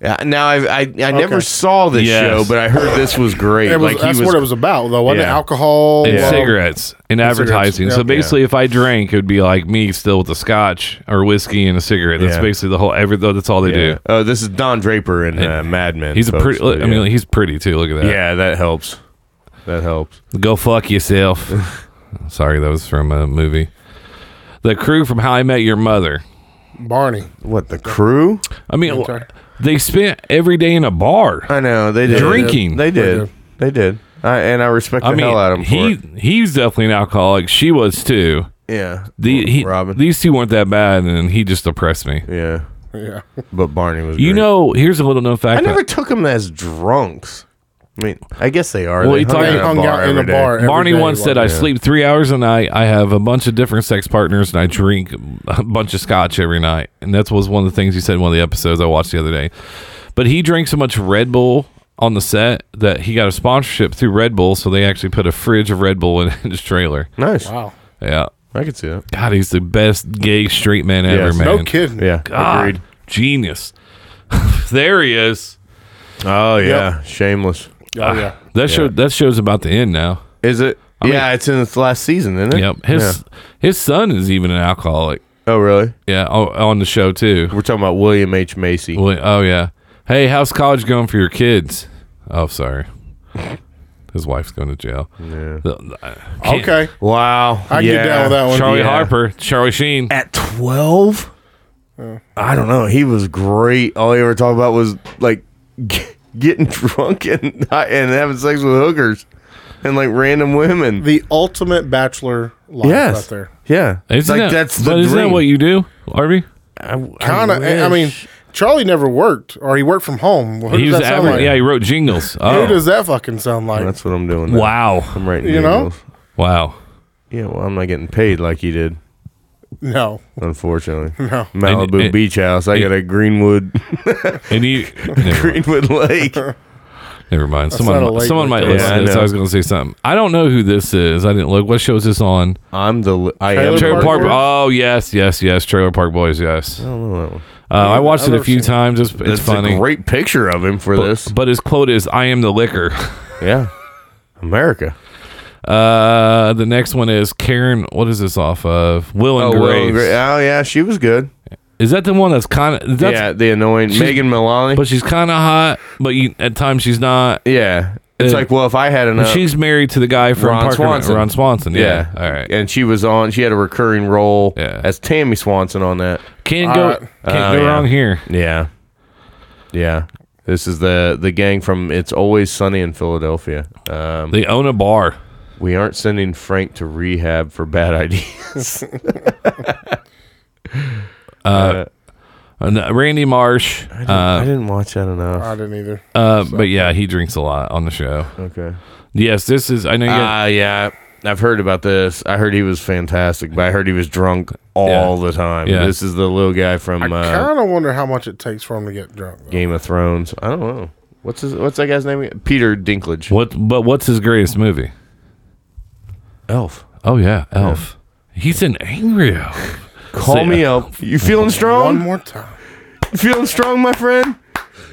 Speaker 5: Yeah. Now I I, I never saw this
Speaker 4: Yes.
Speaker 5: show, but I heard this was great.
Speaker 6: It was,
Speaker 5: like he
Speaker 6: that's
Speaker 5: was
Speaker 6: what it was about, though. Wasn't it
Speaker 5: Yeah.
Speaker 6: alcohol
Speaker 4: And
Speaker 6: well,
Speaker 4: cigarettes and advertising.
Speaker 6: cigarettes,
Speaker 4: So
Speaker 6: yeah.
Speaker 4: basically, if I drank, it would be like me still with a scotch or whiskey and a cigarette. That's
Speaker 5: Yeah.
Speaker 4: basically the whole. Every that's all they
Speaker 5: Yeah.
Speaker 4: do.
Speaker 5: Oh, this is Don Draper in uh, Mad Men.
Speaker 4: He's a
Speaker 5: folks,
Speaker 4: pretty.
Speaker 5: so
Speaker 4: I
Speaker 5: yeah.
Speaker 4: mean, he's pretty too. Look at that.
Speaker 5: yeah, that helps. That helps.
Speaker 4: Go fuck yourself. Sorry, that was from a movie. The crew from How I Met Your Mother.
Speaker 6: Barney.
Speaker 5: What the crew?
Speaker 4: I mean,
Speaker 6: sorry.
Speaker 4: they spent every day in a bar.
Speaker 5: I know they did
Speaker 4: Drinking.
Speaker 5: They did. They did. I, and I respect the
Speaker 4: I
Speaker 5: hell out of
Speaker 4: mean,
Speaker 5: him.
Speaker 4: he
Speaker 5: for
Speaker 4: he's definitely an alcoholic. She was too.
Speaker 5: it. yeah.
Speaker 4: The, he,
Speaker 5: Robin.
Speaker 4: These two weren't that bad, and he just depressed me.
Speaker 5: yeah,
Speaker 6: Yeah,
Speaker 5: but Barney was.
Speaker 4: You
Speaker 5: great.
Speaker 4: know, here's a little known
Speaker 5: I
Speaker 4: fact.
Speaker 5: never
Speaker 4: that
Speaker 5: took them as drunks. I mean, I guess they are.
Speaker 4: Well,
Speaker 5: they
Speaker 4: you
Speaker 5: hung out
Speaker 4: talk-
Speaker 6: they
Speaker 5: in a
Speaker 6: hung
Speaker 5: bar
Speaker 6: out in
Speaker 5: every
Speaker 6: a
Speaker 5: day.
Speaker 6: bar. every
Speaker 4: Barney
Speaker 6: day,
Speaker 4: once
Speaker 6: like-
Speaker 4: said, "I sleep three hours a night. I have a bunch of different sex partners, and I drink a bunch of scotch every night." And that was one of the things he said in one of the episodes I watched the other day. But he drank so much Red Bull on the set that he got a sponsorship through Red Bull, so they actually put a fridge of Red Bull in his trailer.
Speaker 5: Nice.
Speaker 6: "Wow,
Speaker 4: Yeah,
Speaker 5: I could see that.
Speaker 4: God, he's the best gay straight man Ah, ever,
Speaker 5: Yes.
Speaker 4: man.
Speaker 6: no kidding."
Speaker 5: Yeah.
Speaker 4: God,
Speaker 5: Agreed.
Speaker 4: genius. there he is.
Speaker 5: Oh yeah, Shameless.
Speaker 6: Oh yeah.
Speaker 4: That show that show's about to end now.
Speaker 5: Is it?
Speaker 4: mean-
Speaker 5: yeah, it's in its last season, isn't it?
Speaker 4: Yep. His his son is even an alcoholic.
Speaker 5: Yeah. Oh really?
Speaker 4: Yeah, o- on the show too.
Speaker 5: We're talking about William H Macy.
Speaker 4: Well, Oh yeah. Hey, how's college going for your kids? Oh, sorry. His wife's going to jail. The- I can't-
Speaker 6: Okay.
Speaker 5: Wow.
Speaker 6: I can get down with that one.
Speaker 4: Charlie
Speaker 5: Yeah.
Speaker 4: Harper, Charlie Sheen.
Speaker 5: At twelve. I don't know. He was great. All he ever talked about was like g- getting drunk and and having sex with hookers and like random women.
Speaker 6: The ultimate bachelor life
Speaker 5: yes.
Speaker 6: right there.
Speaker 5: Yeah.
Speaker 4: Isn't
Speaker 5: like
Speaker 4: that,
Speaker 5: that's the
Speaker 4: but isn't that
Speaker 5: dream.
Speaker 4: what you do, Harvey?
Speaker 6: Kind of. I, mean, Charlie never worked, or he worked from home. Well, who
Speaker 4: He
Speaker 6: does
Speaker 4: was
Speaker 6: that sound
Speaker 4: average.
Speaker 6: like?
Speaker 4: Yeah, he wrote jingles.
Speaker 6: Who
Speaker 4: Oh,
Speaker 6: does that fucking sound like?
Speaker 5: That's what I'm doing. now.
Speaker 4: wow,
Speaker 5: I'm writing.
Speaker 6: You know?
Speaker 5: emails.
Speaker 4: wow.
Speaker 5: Yeah. Well, I'm not getting paid like you did.
Speaker 6: no.
Speaker 5: Unfortunately,
Speaker 6: No.
Speaker 5: Malibu
Speaker 4: And- and-
Speaker 5: Beach House. I got a Greenwood
Speaker 4: And you, never, mind.
Speaker 5: Greenwood Lake.
Speaker 4: never mind.
Speaker 6: not a
Speaker 4: Someone,
Speaker 6: late
Speaker 4: someone might
Speaker 5: weekend.
Speaker 4: listen.
Speaker 5: Yeah,
Speaker 4: to
Speaker 5: I
Speaker 4: this. I
Speaker 5: know.
Speaker 4: was going to say something. I don't know who this is. I didn't look. What show is this on?
Speaker 5: I'm the. li- I am.
Speaker 6: Trailer
Speaker 4: Trailer
Speaker 5: the-
Speaker 4: Park.
Speaker 6: Park Boys?
Speaker 4: Oh yes, yes, yes. Trailer Park Boys. Yes.
Speaker 5: I don't know that one.
Speaker 4: Uh, I watched
Speaker 6: I've
Speaker 4: it a
Speaker 6: never
Speaker 4: few
Speaker 6: seen it.
Speaker 4: times. It's, it's
Speaker 5: That's
Speaker 4: funny.
Speaker 5: a great picture of him for this.
Speaker 4: but his quote is, "I am the liquor."
Speaker 5: yeah, America.
Speaker 4: Uh, the next one is Karen. What is this off of? Will and
Speaker 5: Will
Speaker 4: Grace.
Speaker 5: and Grace. Oh yeah, she was good.
Speaker 4: Is that the one that's kind of? That's,
Speaker 5: yeah, the annoying
Speaker 4: she's-
Speaker 5: Megan Mullally.
Speaker 4: But she's kind of hot. But you, at times she's not.
Speaker 5: yeah, it's
Speaker 4: Uh,
Speaker 5: like well, if I had enough.
Speaker 4: She's married to the guy from
Speaker 5: Ron
Speaker 4: Parker-
Speaker 5: Swanson.
Speaker 4: Ron Swanson.
Speaker 5: yeah.
Speaker 4: Yeah. All right.
Speaker 5: And she was on. She had a recurring role
Speaker 4: Yeah.
Speaker 5: as Tammy Swanson on that.
Speaker 4: Can't go.
Speaker 6: Alright.
Speaker 4: Can't
Speaker 5: Oh,
Speaker 4: go
Speaker 5: yeah.
Speaker 4: wrong here.
Speaker 5: Yeah, yeah. This is the the gang from It's Always Sunny in Philadelphia. Um,
Speaker 4: They own a bar.
Speaker 5: we aren't sending Frank to rehab for bad ideas.
Speaker 4: Uh, no, Randy Marsh.
Speaker 5: I
Speaker 4: Uh,
Speaker 5: didn't watch that enough.
Speaker 6: I didn't either.
Speaker 4: uh, but yeah, he drinks a lot on the show.
Speaker 5: Okay.
Speaker 4: Yes, this is. I know you. got-
Speaker 5: Ah, yeah. I've heard about this. I heard he was fantastic, but I heard he was drunk all the time.
Speaker 4: Yeah.
Speaker 5: This is the little guy from
Speaker 6: I
Speaker 5: uh,
Speaker 6: kind of wonder how much it takes for him to get drunk. Though.
Speaker 5: Game of Thrones. I don't know. What's his, what's that guy's name? again? Peter Dinklage.
Speaker 4: what? But what's his greatest movie?
Speaker 5: Elf?
Speaker 4: Oh yeah, Elf. He's an angry elf.
Speaker 5: Call
Speaker 4: Say-
Speaker 5: me Elf. You feeling strong?
Speaker 6: One more time.
Speaker 5: You feeling strong, my friend?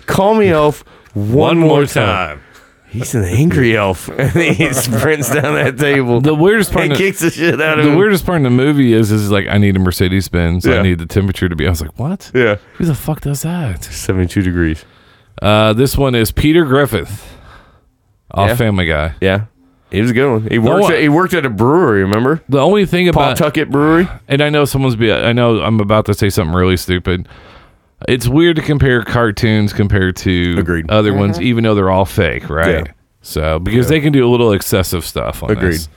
Speaker 5: Call me Elf. One, more, time. He's an angry elf, and he sprints down that table
Speaker 4: The weirdest part.
Speaker 5: and
Speaker 4: of-
Speaker 5: kicks the shit out of
Speaker 4: the
Speaker 5: him.
Speaker 4: weirdest part in the movie is is like I need a Mercedes Benz. I
Speaker 5: Yeah.
Speaker 4: need the temperature to be. I was like, what?
Speaker 5: yeah,
Speaker 4: Who the fuck does that?
Speaker 5: seventy-two degrees.
Speaker 4: Uh, this one is Peter Griffith, off
Speaker 5: Yeah.
Speaker 4: Family Guy.
Speaker 5: Yeah, he was a good one. He worked.
Speaker 4: one-
Speaker 5: At, he worked at a brewery. Remember?
Speaker 4: The only thing about
Speaker 5: Pawtucket Brewery.
Speaker 4: and I know someone's be I know I'm about to say something really stupid. It's weird to compare cartoons compared to
Speaker 5: Agreed.
Speaker 4: other ones, even though they're all fake, right?
Speaker 5: Yeah.
Speaker 4: So because they can do a little excessive stuff on
Speaker 5: Agreed.
Speaker 4: this.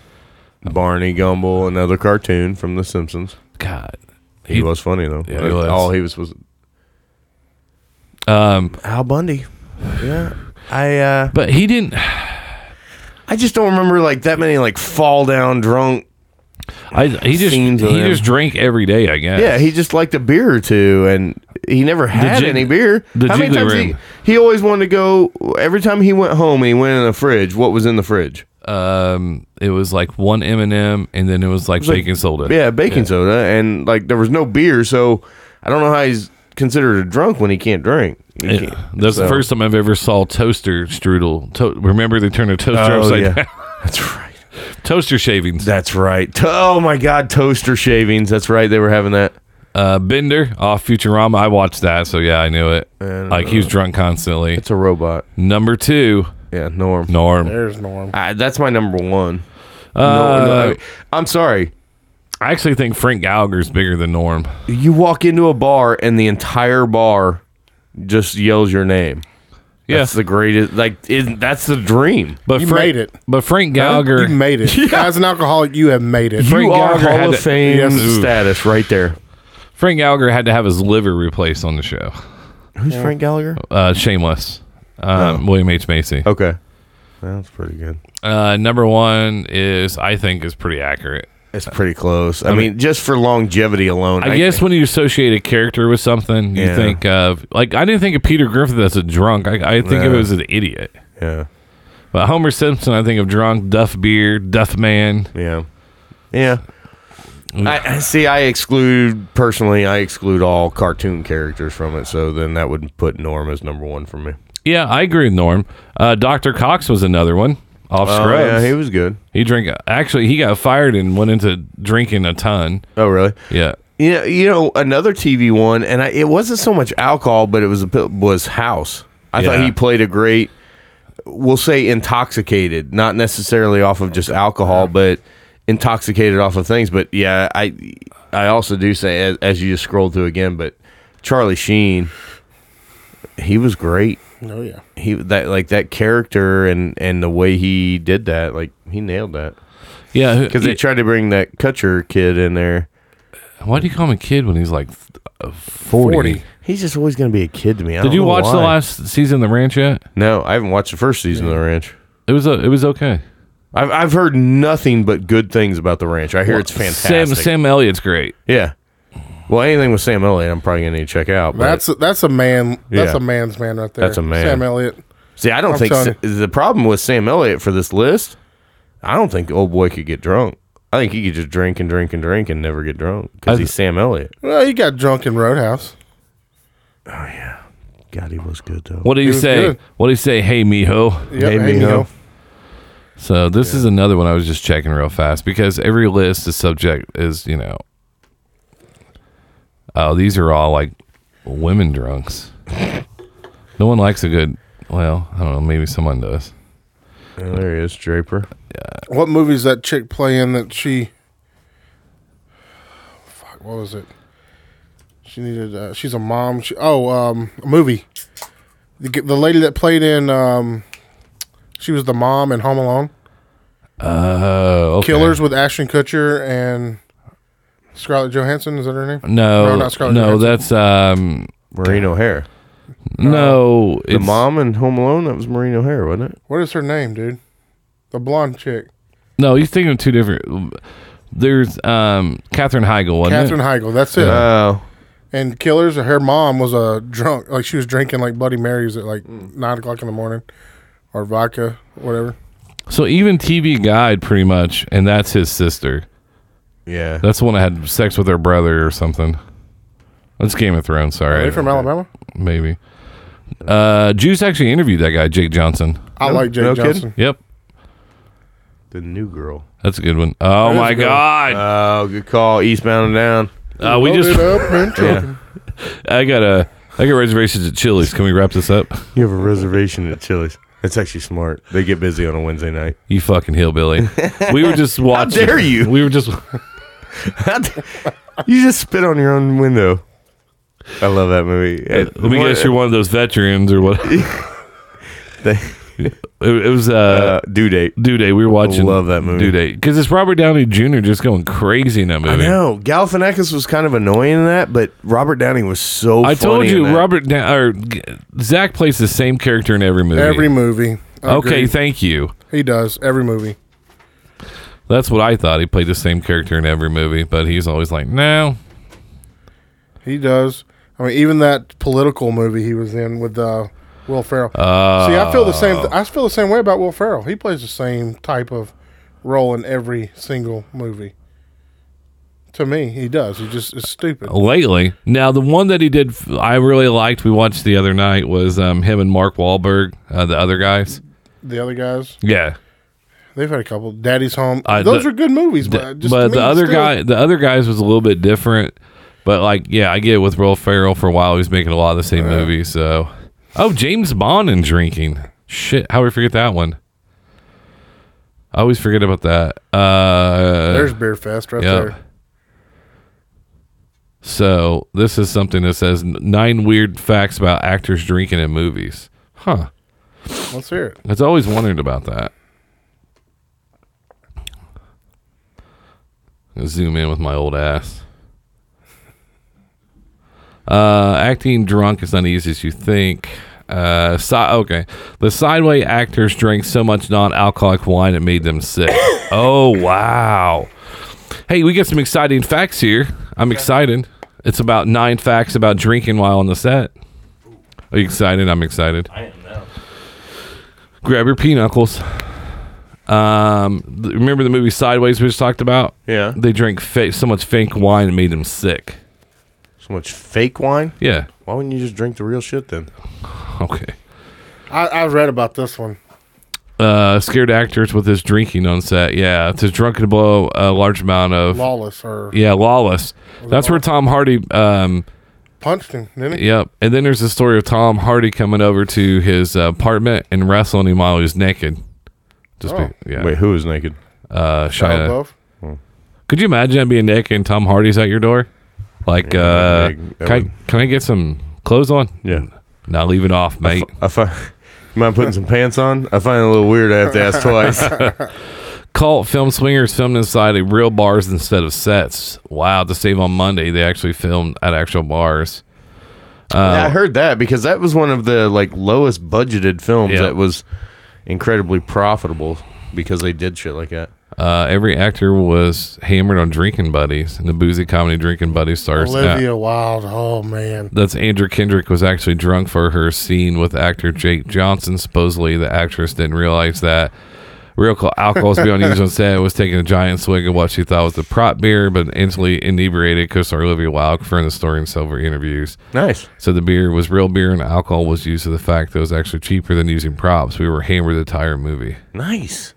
Speaker 5: Barney Gumble, another cartoon from The Simpsons.
Speaker 4: God.
Speaker 5: He, was funny though.
Speaker 4: Yeah, he was.
Speaker 5: All he was was
Speaker 4: Um
Speaker 5: Al Bundy. Yeah. I uh
Speaker 4: but he didn't
Speaker 5: I just don't remember like that many like fall down drunk.
Speaker 4: I he just
Speaker 5: Scenes of
Speaker 4: he
Speaker 5: him.
Speaker 4: just drank every day, I guess.
Speaker 5: Yeah, he just liked a beer or two and he never had
Speaker 4: jig-
Speaker 5: any beer.
Speaker 4: the
Speaker 5: How many
Speaker 4: jiggly
Speaker 5: times
Speaker 4: room.
Speaker 5: he, he always wanted to go every time he went home and he went in the fridge, what was in the fridge?
Speaker 4: um it was like one M and m and then it was like
Speaker 5: like-
Speaker 4: baking soda.
Speaker 5: Yeah, baking soda and like there was no beer, so I don't know how he's considered a drunk when he can't drink. He
Speaker 4: Yeah.
Speaker 5: can't-
Speaker 4: That's the
Speaker 5: so-
Speaker 4: first time I've ever saw toaster strudel. To- remember they turned a toaster
Speaker 5: Oh,
Speaker 4: upside
Speaker 5: yeah.
Speaker 4: down.
Speaker 5: That's right.
Speaker 4: toaster shavings.
Speaker 5: That's right. To- oh my God, toaster shavings. That's right. They were having that.
Speaker 4: Uh, Bender off Futurama. I watched that, so yeah, I knew it. like he was drunk constantly.
Speaker 5: uh, It's a robot.
Speaker 4: Number two,
Speaker 5: Yeah, Norm.
Speaker 4: Norm.
Speaker 6: There's Norm.
Speaker 5: I, that's my number one.
Speaker 4: Uh,
Speaker 5: no, no, I, am sorry.
Speaker 4: I actually think Frank Gallagher's bigger than Norm.
Speaker 5: You walk into a bar and the entire bar just yells your name.
Speaker 4: Yeah,
Speaker 5: That's the greatest. Like it, that's the dream.
Speaker 4: but
Speaker 6: You
Speaker 4: Frank,
Speaker 6: made it.
Speaker 4: But Frank Gallagher,
Speaker 6: You made it. As an alcoholic, you have made it.
Speaker 4: Frank
Speaker 5: you are
Speaker 4: Gallagher had
Speaker 5: Hall of
Speaker 4: to-
Speaker 5: Fame
Speaker 6: Yes. Ooh.
Speaker 5: status right there.
Speaker 4: Frank Gallagher had to have his liver replaced on the show.
Speaker 5: Who's Frank Gallagher?
Speaker 4: Uh, Shameless. Um,
Speaker 5: Oh.
Speaker 4: William H Macy.
Speaker 5: Okay, that's pretty good.
Speaker 4: Uh, number one is I think is pretty accurate.
Speaker 5: It's pretty close. I, mean, just for longevity alone,
Speaker 4: I, guess when you associate a character with something, you
Speaker 5: Yeah.
Speaker 4: think of like I didn't think of Peter Griffith as a drunk. I, I think of it
Speaker 5: Yeah.
Speaker 4: as an idiot.
Speaker 5: Yeah.
Speaker 4: But Homer Simpson, I think of drunk, duff beer, duff man.
Speaker 5: Yeah. Yeah. I, I see. I exclude personally. I exclude all cartoon characters from it. So then that would put Norm as number one for me.
Speaker 4: Yeah, I agree with Norm. Uh, Dr. Cox was another one off
Speaker 5: Oh,
Speaker 4: Scrubs.
Speaker 5: yeah, he was good.
Speaker 4: He drank. Actually, he got fired and went into drinking a ton.
Speaker 5: Oh, really?
Speaker 4: Yeah.
Speaker 5: You know, you know another TV one, and I, it wasn't so much alcohol, but it was a, bit- was House. I thought
Speaker 4: Yeah.
Speaker 5: he played a great, we'll say intoxicated, not necessarily off of just alcohol, but intoxicated off of things. But yeah, I I also do say as, as you just scroll through again, but Charlie Sheen, he was great.
Speaker 6: Oh yeah.
Speaker 5: He that like that character and and the way he did that, like he nailed that.
Speaker 4: Yeah. who-
Speaker 5: Because they tried to bring that Kutcher kid in there.
Speaker 4: Why do you call him a kid when he's like uh, 40?
Speaker 5: He's just always going to be a kid to me. I
Speaker 4: Did
Speaker 5: don't
Speaker 4: you
Speaker 5: know
Speaker 4: watch the
Speaker 5: why.
Speaker 4: last season of The Ranch yet?
Speaker 5: No, I haven't watched the first season of The Ranch.
Speaker 4: It was a, it was okay.
Speaker 5: I've I've heard nothing but good things about The Ranch. I hear it's fantastic.
Speaker 4: Sam Sam Elliott's great.
Speaker 5: Yeah. Well, anything with Sam Elliott, I'm probably going to need to check out. but-
Speaker 6: That's a, that's a man. That's
Speaker 5: Yeah.
Speaker 6: a man's man right there.
Speaker 5: That's a man.
Speaker 6: Sam Elliott.
Speaker 5: see, I don't
Speaker 6: I'm
Speaker 5: think
Speaker 6: telling
Speaker 5: Sa- the problem with Sam Elliott for this list. I don't think old boy could get drunk. I think he could just drink and drink and drink and never get drunk because
Speaker 4: I-
Speaker 5: he's Sam Elliott.
Speaker 6: Well, he got drunk in Roadhouse.
Speaker 5: Oh, God, he was good though.
Speaker 4: What do you
Speaker 6: was
Speaker 4: say?
Speaker 6: good.
Speaker 4: What do you say? Hey, mijo.
Speaker 6: Yep,
Speaker 5: Hey,
Speaker 6: hey,
Speaker 5: mijo.
Speaker 6: mijo.
Speaker 4: So this is another one I was just checking real fast because every list is subject is you know. Oh, these are all like women drunks. no one likes a good. Well, I don't know. Maybe someone does.
Speaker 5: Oh, there he is, Draper.
Speaker 6: What movie is that chick playing that she? Fuck, what was it? She needed. Uh, she's a mom. She, oh, um, a movie. The, g- the lady that played in. Um, she was the mom in Home Alone.
Speaker 4: Oh, okay.
Speaker 6: Killers with Ashton Kutcher and Scarlett Johansson. Is that her name?
Speaker 4: No, no,
Speaker 6: No, not Scarlett Johansson.
Speaker 4: that's um,
Speaker 5: Maureen O'Hare.
Speaker 4: no.
Speaker 5: The mom in Home Alone, that was Maureen O'Hare, wasn't it?
Speaker 6: What is her name, dude? The blonde chick.
Speaker 4: No, you're thinking of two different. There's um, Catherine Heigl, wasn't
Speaker 6: Katherine
Speaker 4: it?
Speaker 6: Heigl. That's it.
Speaker 4: Uh,
Speaker 5: Oh.
Speaker 6: and Killers, her mom was a drunk. Like she was drinking like Bloody Marys at like nine o'clock in the morning, or vodka, whatever.
Speaker 4: So even TV Guide, pretty much, and that's his sister.
Speaker 5: yeah.
Speaker 4: That's the one that had sex with her brother or something. That's Game of Thrones.
Speaker 6: Are
Speaker 4: Sorry,
Speaker 6: they from Alabama?
Speaker 4: maybe. Uh, Juice actually interviewed that guy, Jake Johnson.
Speaker 6: I like Jake
Speaker 5: no kidding.
Speaker 6: Johnson.
Speaker 4: Yep,
Speaker 5: the new girl.
Speaker 4: that's a good one. Oh my god,
Speaker 5: Oh, good call. Eastbound and down.
Speaker 4: uh, we
Speaker 6: Load
Speaker 4: just.
Speaker 6: it up and truck
Speaker 4: I got a. I got reservations at Chili's. Can we wrap this up?
Speaker 5: You have a reservation at Chili's. That's actually smart. They get busy on a Wednesday night.
Speaker 4: You fucking hillbilly. We were just watching.
Speaker 5: dare you.
Speaker 4: We were just.
Speaker 5: you just spit on your own window. I love that movie.
Speaker 4: Let me guess, you're one of those veterans or what? it, it was uh,
Speaker 5: uh, due date.
Speaker 4: Due Date. We were watching.
Speaker 5: love that movie.
Speaker 4: Due Date because it's Robert Downey Jr. just going crazy in that movie.
Speaker 5: I know Galifianakis was kind of annoying in that, but Robert Downey was so.
Speaker 4: I told
Speaker 5: funny in
Speaker 4: you,
Speaker 5: that.
Speaker 4: Robert da- or G- Zach plays the same character in every movie.
Speaker 6: Every movie. I
Speaker 4: okay,
Speaker 6: agree.
Speaker 4: thank you.
Speaker 6: he does every movie.
Speaker 4: That's what I thought. He played the same character in every movie, but he's always like, no.
Speaker 6: He does. I mean, even that political movie he was in with uh, Will Ferrell. See, I feel the same.
Speaker 4: Oh.
Speaker 6: I feel the same way about Will Ferrell. He plays the same type of role in every single movie. To me, he does. He just is stupid.
Speaker 4: Oh. Lately, now the one that he did, f- I really liked. We watched the other night was um, him and Mark Wahlberg, uh, the other guys.
Speaker 6: The other guys,
Speaker 4: Yeah,
Speaker 6: they've had a couple. Daddy's Home.
Speaker 4: Uh,
Speaker 6: Those
Speaker 4: the-
Speaker 6: are good movies,
Speaker 4: The-
Speaker 6: but just
Speaker 4: but
Speaker 6: to me,
Speaker 4: the other
Speaker 6: still-
Speaker 4: guy, uh, the other guys was a little bit different. But like, yeah, I get it with Will Ferrell for a while. He was making a lot of the same movies. So, oh, James Bond and drinking. Shit, how we forget that one? I always forget about that. Uh,
Speaker 6: There's Beer Fest right
Speaker 4: yeah.
Speaker 6: there.
Speaker 4: So this is something that says n- nine weird facts about actors drinking in movies. Huh.
Speaker 6: Let's hear it.
Speaker 4: I've always wondered about that. I'll Zoom in with my old ass. Uh, acting drunk is not easy as you think. Uh, si- okay. The sideway actors drank so much non-alcoholic wine it made them sick. oh wow! Hey, we got some exciting facts here. I'm excited. It's about nine facts about drinking while on the set. Are you excited? I'm excited grab your pinocles. Um, th- remember the movie Sideways we just talked about?
Speaker 5: Yeah.
Speaker 4: They drank fa- so much fake wine it made them sick.
Speaker 5: So much fake wine.
Speaker 4: Yeah.
Speaker 5: Why wouldn't you just drink the real shit then?
Speaker 4: Okay.
Speaker 6: I, I read about this one.
Speaker 4: Uh, scared actors with his drinking on set. Yeah, to drunken blow a large amount of
Speaker 6: Lawless or
Speaker 4: Yeah, lawless. That's where Tom Hardy. Um,
Speaker 6: punched him, didn't he?
Speaker 4: yep. And then there's the story of Tom Hardy coming over to his uh, apartment and wrestling him while he was naked. Just
Speaker 6: Oh.
Speaker 4: be, yeah.
Speaker 5: Wait, who is naked?
Speaker 4: uh,
Speaker 6: Shia
Speaker 4: Shia.
Speaker 6: LaBeouf.
Speaker 4: Could you imagine being naked and Tom Hardy's at your door? Like,
Speaker 5: Yeah,
Speaker 4: uh,
Speaker 5: that would- that
Speaker 4: can,
Speaker 5: would-
Speaker 4: I, can I get some clothes on?
Speaker 5: Yeah.
Speaker 4: Now leave it off, mate.
Speaker 5: I find. You mind putting some pants on? I find it a little weird. I have to ask twice.
Speaker 4: Cult film swingers filmed inside of real bars instead of sets. Wow, to save on Monday, they actually filmed at actual bars.
Speaker 5: Yeah, I heard that because that was one of the like lowest budgeted films
Speaker 4: Yeah.
Speaker 5: that was incredibly profitable because they did shit like that.
Speaker 4: Uh, every actor was hammered on Drinking Buddies, and the boozy comedy Drinking Buddies stars.
Speaker 6: Olivia Wilde. Oh man.
Speaker 4: That's Andrew Kendrick was actually drunk for her scene with actor Jake Johnson. Supposedly, the actress didn't realize that real co- alcohol was being used on set. and Was taking a giant swig of what she thought was the prop beer, but instantly inebriated co-star Olivia Wilde confirmed the story in several interviews.
Speaker 5: Nice.
Speaker 4: So the beer was real beer, and alcohol was used to the fact that it was actually cheaper than using props. We were hammered the entire movie.
Speaker 5: Nice.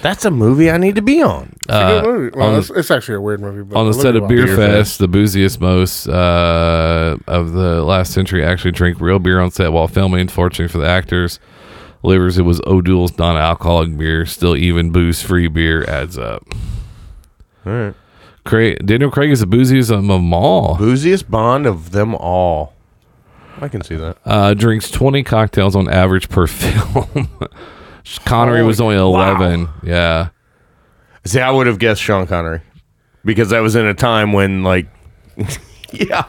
Speaker 5: That's a movie I need to be on.
Speaker 6: It's a good movie. Well, it's, it's actually a weird movie. But
Speaker 4: Uh, on the set
Speaker 6: Olivia
Speaker 4: of Beer,
Speaker 6: Wilde.
Speaker 4: Fest, the booziest most uh, of the last century actually drank real beer on set while filming. Fortunately for the actors, livers, it was O'Doul's non alcoholic beer. Still, even booze free beer adds up.
Speaker 5: All right.
Speaker 4: Craig, Daniel Craig is the booziest of them all.
Speaker 5: Booziest bond of them all. I can see that.
Speaker 4: Uh, drinks 20 cocktails on average per film. Connery was only 11. Yeah.
Speaker 5: See, I would have guessed Sean Connery because that was in a time when, like, yeah,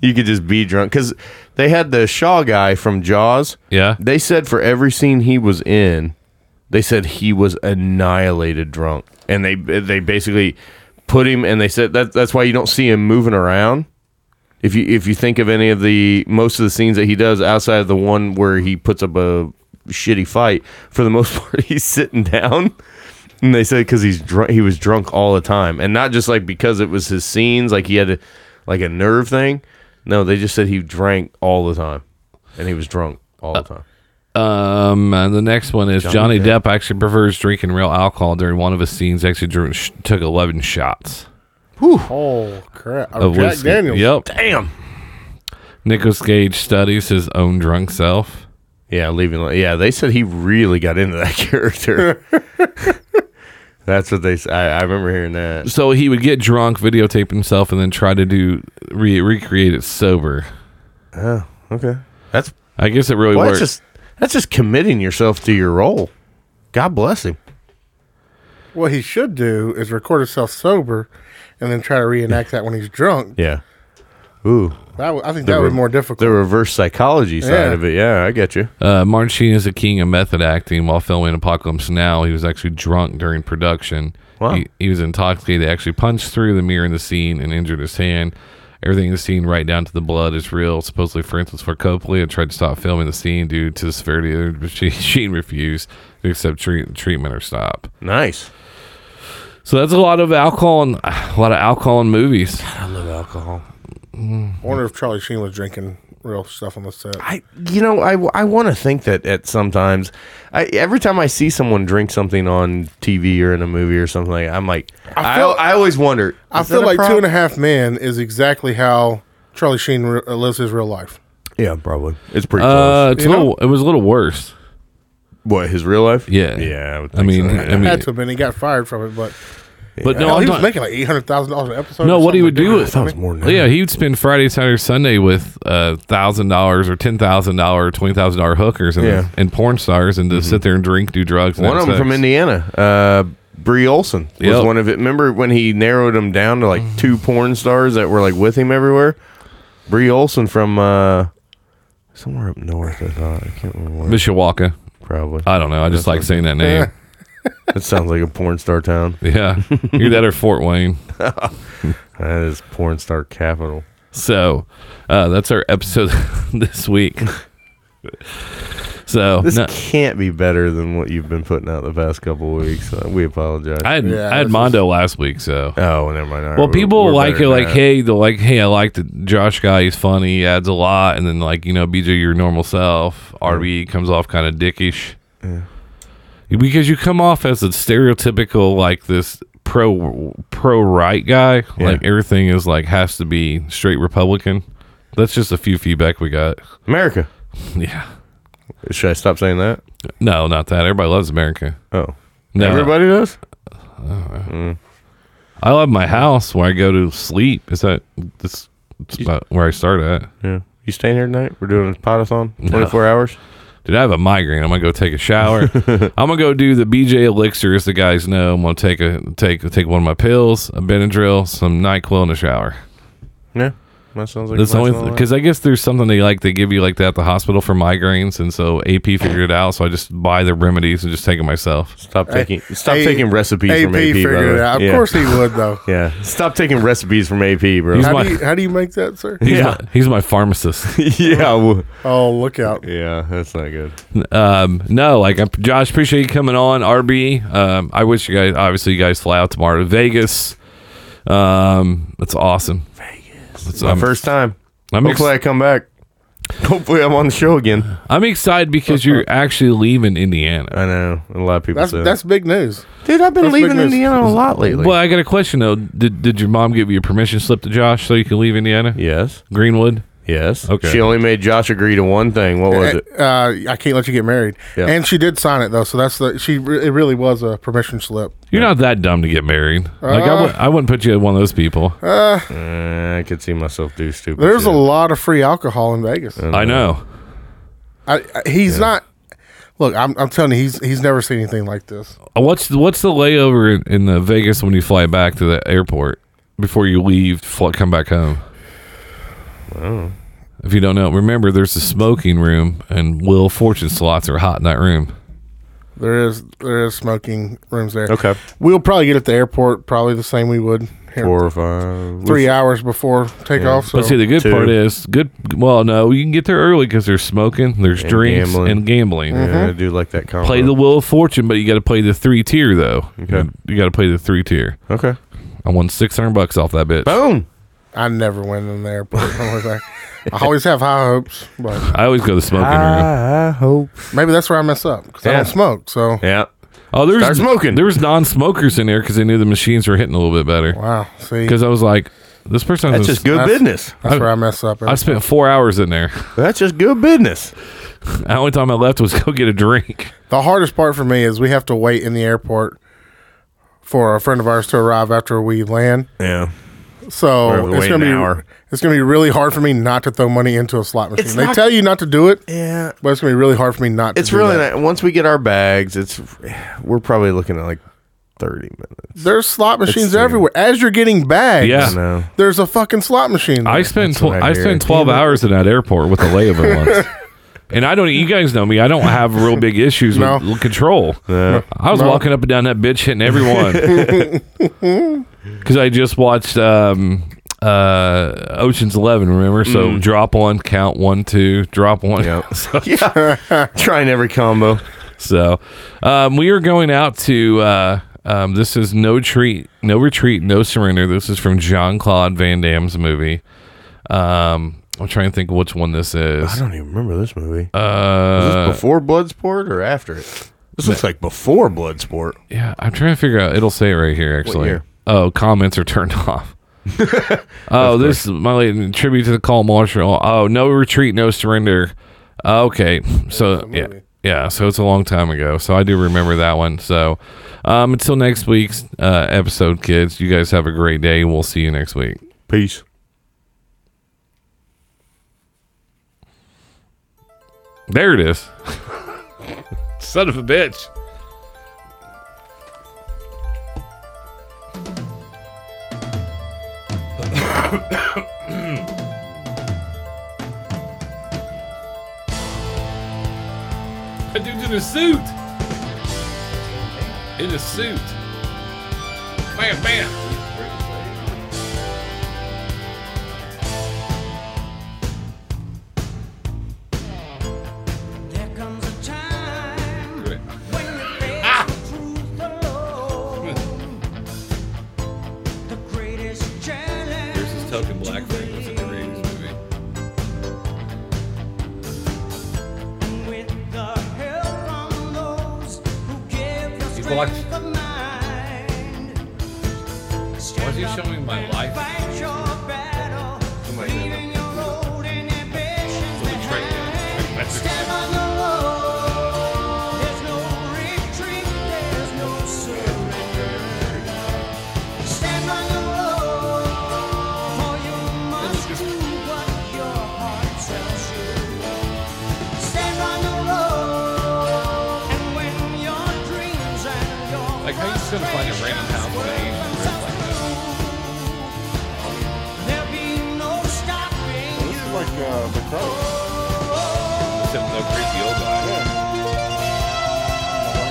Speaker 5: you could just be drunk. Because they had the Shaw guy from Jaws.
Speaker 4: Yeah.
Speaker 5: They said for every scene he was in, they said he was annihilated drunk, and they they basically put him, and they said that that's why you don't see him moving around. If you if you think of any of the most of the scenes that he does outside of the one where he puts up a shitty fight, for the most part he's sitting down. And they said because he's drunk, he was drunk all the time, and not just like because it was his scenes, like he had a, like a nerve thing. No, they just said he drank all the time, and he was drunk all the time.
Speaker 4: Um, and the next one is Johnny, Depp. actually prefers drinking real alcohol during one of his scenes. Actually, drew, sh- took eleven shots
Speaker 6: Oh crap!
Speaker 4: of
Speaker 6: Jack
Speaker 4: whiskey.
Speaker 6: Daniels.
Speaker 4: Yep.
Speaker 5: Uh, Damn.
Speaker 4: Nicholas Cage studies his own drunk self.
Speaker 5: Yeah, leaving. like- Yeah, they said he really got into that character. That's what they. s- I, I remember hearing that.
Speaker 4: So he would get drunk, videotape himself, and then try to do re- recreate it sober.
Speaker 5: Okay. That's
Speaker 4: I guess it really
Speaker 5: well, that's
Speaker 4: worked.
Speaker 5: just that's just committing yourself to your role. God bless him.
Speaker 6: What he should do is record himself sober, and then try to reenact that when he's drunk.
Speaker 5: Yeah. Ooh.
Speaker 6: That would, I think
Speaker 5: The
Speaker 6: that would
Speaker 5: re-
Speaker 6: be more difficult.
Speaker 5: The reverse psychology side
Speaker 6: Yeah.
Speaker 5: of it. Yeah, I get you.
Speaker 4: uh, Martin Sheen is a king of method acting. While filming Apocalypse Now, he was actually drunk during production.
Speaker 5: Wow.
Speaker 4: He, he was intoxicated. They actually punched through the mirror in the scene and injured his hand. Everything in the scene, right down to the blood, is real. Supposedly, for instance, for Copley, had tried to stop filming the scene due to the severity of it, but she- Sheen refused to accept treat, treatment or stop.
Speaker 5: Nice.
Speaker 4: So that's a lot of alcohol and a lot of alcohol in movies.
Speaker 6: I wonder if Charlie Sheen was drinking real stuff on the set.
Speaker 5: I, you know, I, want to think that at sometimes, I every time I see someone drink something on TV or in a movie or something like, that, I'm like, I,
Speaker 6: feel-
Speaker 5: I, always wonder.
Speaker 6: I
Speaker 5: is
Speaker 6: feel
Speaker 5: that a
Speaker 6: like Two and
Speaker 5: problem?
Speaker 6: a Half Men is exactly how Charlie Sheen re- uh, lives his real life.
Speaker 5: Yeah, probably. It's pretty
Speaker 4: Uh,
Speaker 5: close.
Speaker 4: it's a little, it was a little worse.
Speaker 5: What his real life?
Speaker 4: Yeah.
Speaker 5: yeah. would
Speaker 4: I
Speaker 5: think
Speaker 4: mean,
Speaker 5: so, yeah.
Speaker 4: I mean,
Speaker 6: Had to have been. He got fired from it, but
Speaker 4: but no,
Speaker 6: hell,
Speaker 4: I'm
Speaker 6: Oh, he was
Speaker 4: not-
Speaker 6: making like eight hundred thousand dollars an episode.
Speaker 4: No,
Speaker 6: or
Speaker 4: what he
Speaker 6: something
Speaker 4: would
Speaker 6: like
Speaker 4: do
Speaker 6: that.
Speaker 4: is
Speaker 5: thought it was more than that.
Speaker 4: yeah, he'd spend Friday, Saturday, Sunday with uh thousand dollars or ten thousand dollar, twenty thousand dollar hookers and,
Speaker 5: Yeah.
Speaker 4: and porn stars, and just sit there and drink, do drugs. and
Speaker 5: one
Speaker 4: have
Speaker 5: of them
Speaker 4: sex.
Speaker 5: from Indiana, uh, Bree Olson was
Speaker 4: Yep.
Speaker 5: one of it. Remember when he narrowed him down to like two porn stars that were like with him everywhere? Bree Olson from uh, somewhere up north. I thought I can't remember. Where,
Speaker 4: Mishawaka.
Speaker 5: probably.
Speaker 4: I don't know. I just like saying that name.
Speaker 5: That sounds like a porn star town.
Speaker 4: yeah, you're that or Fort Wayne.
Speaker 5: That is porn star capital.
Speaker 4: So uh, that's our episode this week. So
Speaker 5: This
Speaker 4: no,
Speaker 5: can't be better than what you've been putting out the past couple of weeks. Uh, we apologize.
Speaker 4: I had
Speaker 6: Yeah,
Speaker 4: I had
Speaker 6: this
Speaker 4: Mondo last week, so
Speaker 5: oh, never mind. All right,
Speaker 4: well,
Speaker 5: we're-
Speaker 4: people
Speaker 5: we're
Speaker 4: like
Speaker 5: better
Speaker 4: it.
Speaker 5: than
Speaker 4: Like,
Speaker 5: that.
Speaker 4: hey, they're like, hey, I like the Josh guy. He's funny. He adds a lot. And then, like, you know, BJ, your normal self, RB comes off kind of dickish. Because you come off as a stereotypical, like, this pro pro right guy.
Speaker 5: Yeah.
Speaker 4: Like, everything is, like, has to be straight Republican. That's just a few feedback we got.
Speaker 5: America.
Speaker 4: Yeah.
Speaker 5: Should I stop saying that?
Speaker 4: No, not that. Everybody loves America.
Speaker 5: Oh,
Speaker 4: No.
Speaker 5: everybody does.
Speaker 4: I love my house where I go to sleep. Is that this? That's about where I start at.
Speaker 5: Yeah. You staying here tonight? We're doing a potathon. Twenty four hours.
Speaker 4: Dude, I have a migraine. I'm gonna go take a shower. I'm gonna go do the BJ elixir, as the guys know. I'm gonna take a take take one of my pills, a Benadryl, some Nyquil, and a shower.
Speaker 5: Yeah. That sounds like
Speaker 4: That's the
Speaker 5: that's
Speaker 4: only
Speaker 5: all right.
Speaker 4: because I guess there's something they like they give you like that at the hospital for migraines, and so AP figured it out. So I just buy their remedies and just take it myself.
Speaker 5: stop taking stop
Speaker 6: A-
Speaker 5: taking recipes
Speaker 6: AP
Speaker 5: from AP. by the
Speaker 6: figured
Speaker 5: way.
Speaker 6: it out. Of
Speaker 5: Yeah.
Speaker 6: course he would though.
Speaker 5: Yeah. Stop taking recipes from AP, bro.
Speaker 4: He's
Speaker 6: How
Speaker 4: my-
Speaker 6: do you how do you make that, sir?
Speaker 4: He's
Speaker 5: Yeah.
Speaker 4: my, he's my pharmacist.
Speaker 5: yeah. w-
Speaker 6: Oh, look out!
Speaker 5: Yeah. That's not good.
Speaker 4: um, no, like i Josh, appreciate you coming on. RB, um, I wish you guys obviously you guys fly out tomorrow to Vegas. Um, that's awesome. Vegas, that's,
Speaker 5: My
Speaker 4: I'm-
Speaker 5: first time.
Speaker 4: I'm ex-
Speaker 5: Hopefully, I come back. Hopefully, I'm on the show again.
Speaker 4: I'm excited because you're actually leaving Indiana.
Speaker 5: I know a lot of people.
Speaker 6: That's
Speaker 5: say
Speaker 6: that's big news.
Speaker 5: that. dude. I've been
Speaker 6: that's big
Speaker 5: leaving
Speaker 6: news.
Speaker 5: Indiana a lot lately.
Speaker 4: Well, I got a question though. Did did your mom give you a permission slip to Josh so you can leave Indiana?
Speaker 5: Yes.
Speaker 4: Greenwood.
Speaker 5: Yes.
Speaker 4: Okay.
Speaker 5: She only made Josh agree to one thing. What was it?
Speaker 6: Uh, I can't let you get married.
Speaker 5: Yeah.
Speaker 6: And she did sign it though, so that's the she. Re- it really was a permission slip.
Speaker 4: You're not that dumb to get married. Like I w- I wouldn't put you at one of those people.
Speaker 5: Uh, I could see myself do stupid.
Speaker 6: There's a
Speaker 5: shit.
Speaker 6: lot of free alcohol in Vegas.
Speaker 4: I know.
Speaker 6: I, I, he's not. Look, I'm, I'm telling you, he's he's never seen anything like this.
Speaker 4: Uh, What's what's the layover in, in the Vegas when you fly back to the airport before you leave, fl- come back home? If you don't know, remember there's a smoking room and Will Fortune slots are hot in that room.
Speaker 6: There is there is smoking rooms there.
Speaker 5: Okay.
Speaker 6: we'll probably get at the airport probably the same we would here
Speaker 5: four or five.
Speaker 6: three hours before takeoff. So
Speaker 4: But see, the good
Speaker 5: Two.
Speaker 4: part is good. Well, no, you can get there early because there's smoking, there's
Speaker 5: And
Speaker 4: drinks,
Speaker 5: gambling.
Speaker 4: and gambling.
Speaker 5: Yeah, I do like that combo.
Speaker 4: Play the Wheel of Fortune, but you got to play the three tier though.
Speaker 5: Okay.
Speaker 4: You got to play the three tier.
Speaker 5: okay.
Speaker 4: I won six hundred bucks off that bitch.
Speaker 5: Boom.
Speaker 6: I never went in the airport. I always like- I always have high hopes, but
Speaker 4: I always go to the smoking room.
Speaker 5: I hope.
Speaker 6: maybe that's where I mess up because I
Speaker 5: Yeah.
Speaker 6: don't smoke. So
Speaker 5: Yeah.
Speaker 4: Oh, there's
Speaker 5: Start smoking.
Speaker 4: There was non-smokers in there because they knew the machines were hitting a little bit better.
Speaker 6: wow, see,
Speaker 4: Because I was like, this person.
Speaker 5: That's just good
Speaker 6: That's-
Speaker 5: business.
Speaker 6: that's where I mess up.
Speaker 4: I spent four hours in there.
Speaker 5: That's just good business.
Speaker 4: The only time I left was go get a drink.
Speaker 6: The hardest part for me is we have to wait in the airport for a friend of ours to arrive after we land.
Speaker 5: Yeah.
Speaker 6: So
Speaker 5: Probably
Speaker 6: it's
Speaker 5: wait
Speaker 6: gonna
Speaker 5: an
Speaker 6: be
Speaker 5: hour.
Speaker 6: it's gonna be really hard for me not to throw money into a slot machine.
Speaker 5: It's
Speaker 6: they
Speaker 5: not-
Speaker 6: tell you not to do it,
Speaker 5: Yeah.
Speaker 6: but it's gonna be really hard for me not. to
Speaker 5: It's
Speaker 6: do
Speaker 5: really
Speaker 6: that.
Speaker 5: not. Once we get our bags, it's we're probably looking at like thirty minutes.
Speaker 6: There's slot machines
Speaker 5: yeah.
Speaker 6: everywhere. As you're getting bags,
Speaker 4: Yeah.
Speaker 5: I know.
Speaker 6: there's a fucking slot machine.
Speaker 4: I
Speaker 6: there.
Speaker 4: spent
Speaker 5: That's what
Speaker 4: tw-
Speaker 5: I
Speaker 4: I, spent
Speaker 5: hear.
Speaker 4: twelve hours in that airport with a layover once. And I don't. You guys know me. I don't have real big issues
Speaker 6: No.
Speaker 4: with control. I was walking up and down that bitch hitting everyone because I just watched um, uh, Ocean's Eleven. Remember? So drop one, count one, two, drop one.
Speaker 5: Mm. Yep.
Speaker 4: so
Speaker 5: Yeah. Trying every combo.
Speaker 4: so um, we are going out to uh, um, this is no treat, no retreat, no surrender. This is from Jean Claude Van Damme's movie. Um, I'm trying to think which one this
Speaker 5: I
Speaker 4: is.
Speaker 5: don't even remember this movie.
Speaker 4: Uh,
Speaker 5: Is this before Bloodsport or after it? This looks like before Bloodsport.
Speaker 4: yeah, I'm trying to figure out. It'll say it right here. Actually,
Speaker 5: year?
Speaker 4: oh, comments are turned off. oh, this my lady, tribute to the call marshal. Oh, no retreat, no surrender. Oh, Okay, so yeah, yeah, so it's a long time ago. So I do remember that one. So um, until next week's uh, episode, kids, you guys have a great day. We'll see you next week.
Speaker 5: Peace.
Speaker 4: There it is. Son of a bitch. that dude's in a suit. In a suit. Bam, bam.
Speaker 10: There comes a
Speaker 6: Why is he showing my life? Somebody did that. Somebody tricked me. Like, how you just gonna find a random house with an Asian roof like that?
Speaker 4: This is like uh, the crow.
Speaker 6: Except no creepy old guy.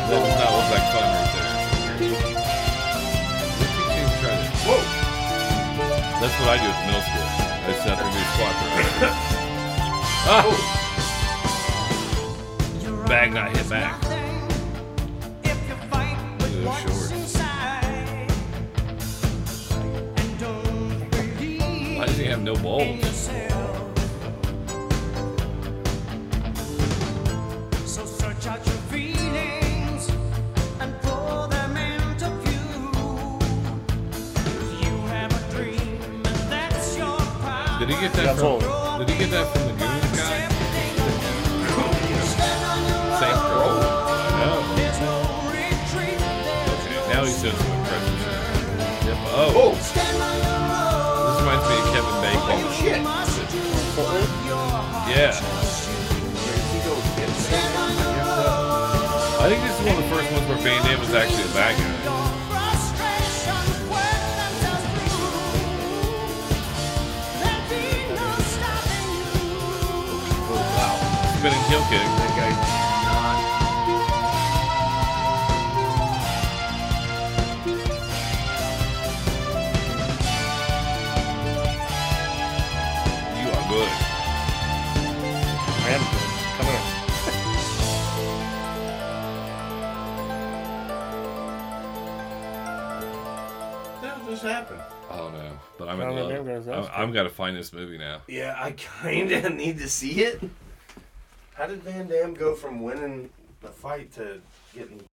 Speaker 6: That does not look like fun right there. What if you change- try this? That's what I do at the middle school. That's not the new squat. Ah! Bag not hit back. Look at those shorts. Why does he have no balls? Did he get that from? Did he get that from the Goonies guy? Saint Crow. No. Okay, now he's doing some impressive shit. Yep. Oh. This reminds me of Kevin Bacon. Oh shit. Yeah. I think this is one of the first ones where Van Damme was actually a bad guy. Spinning heel kick. You are good.
Speaker 5: That just happened.
Speaker 6: I don't know, but I'm
Speaker 4: I
Speaker 6: in
Speaker 4: don't
Speaker 6: love.
Speaker 4: remember that.
Speaker 6: I'm, I'm gotta find this movie now.
Speaker 5: Yeah, I kind of need to see it. How did Van Damme go from winning the fight to getting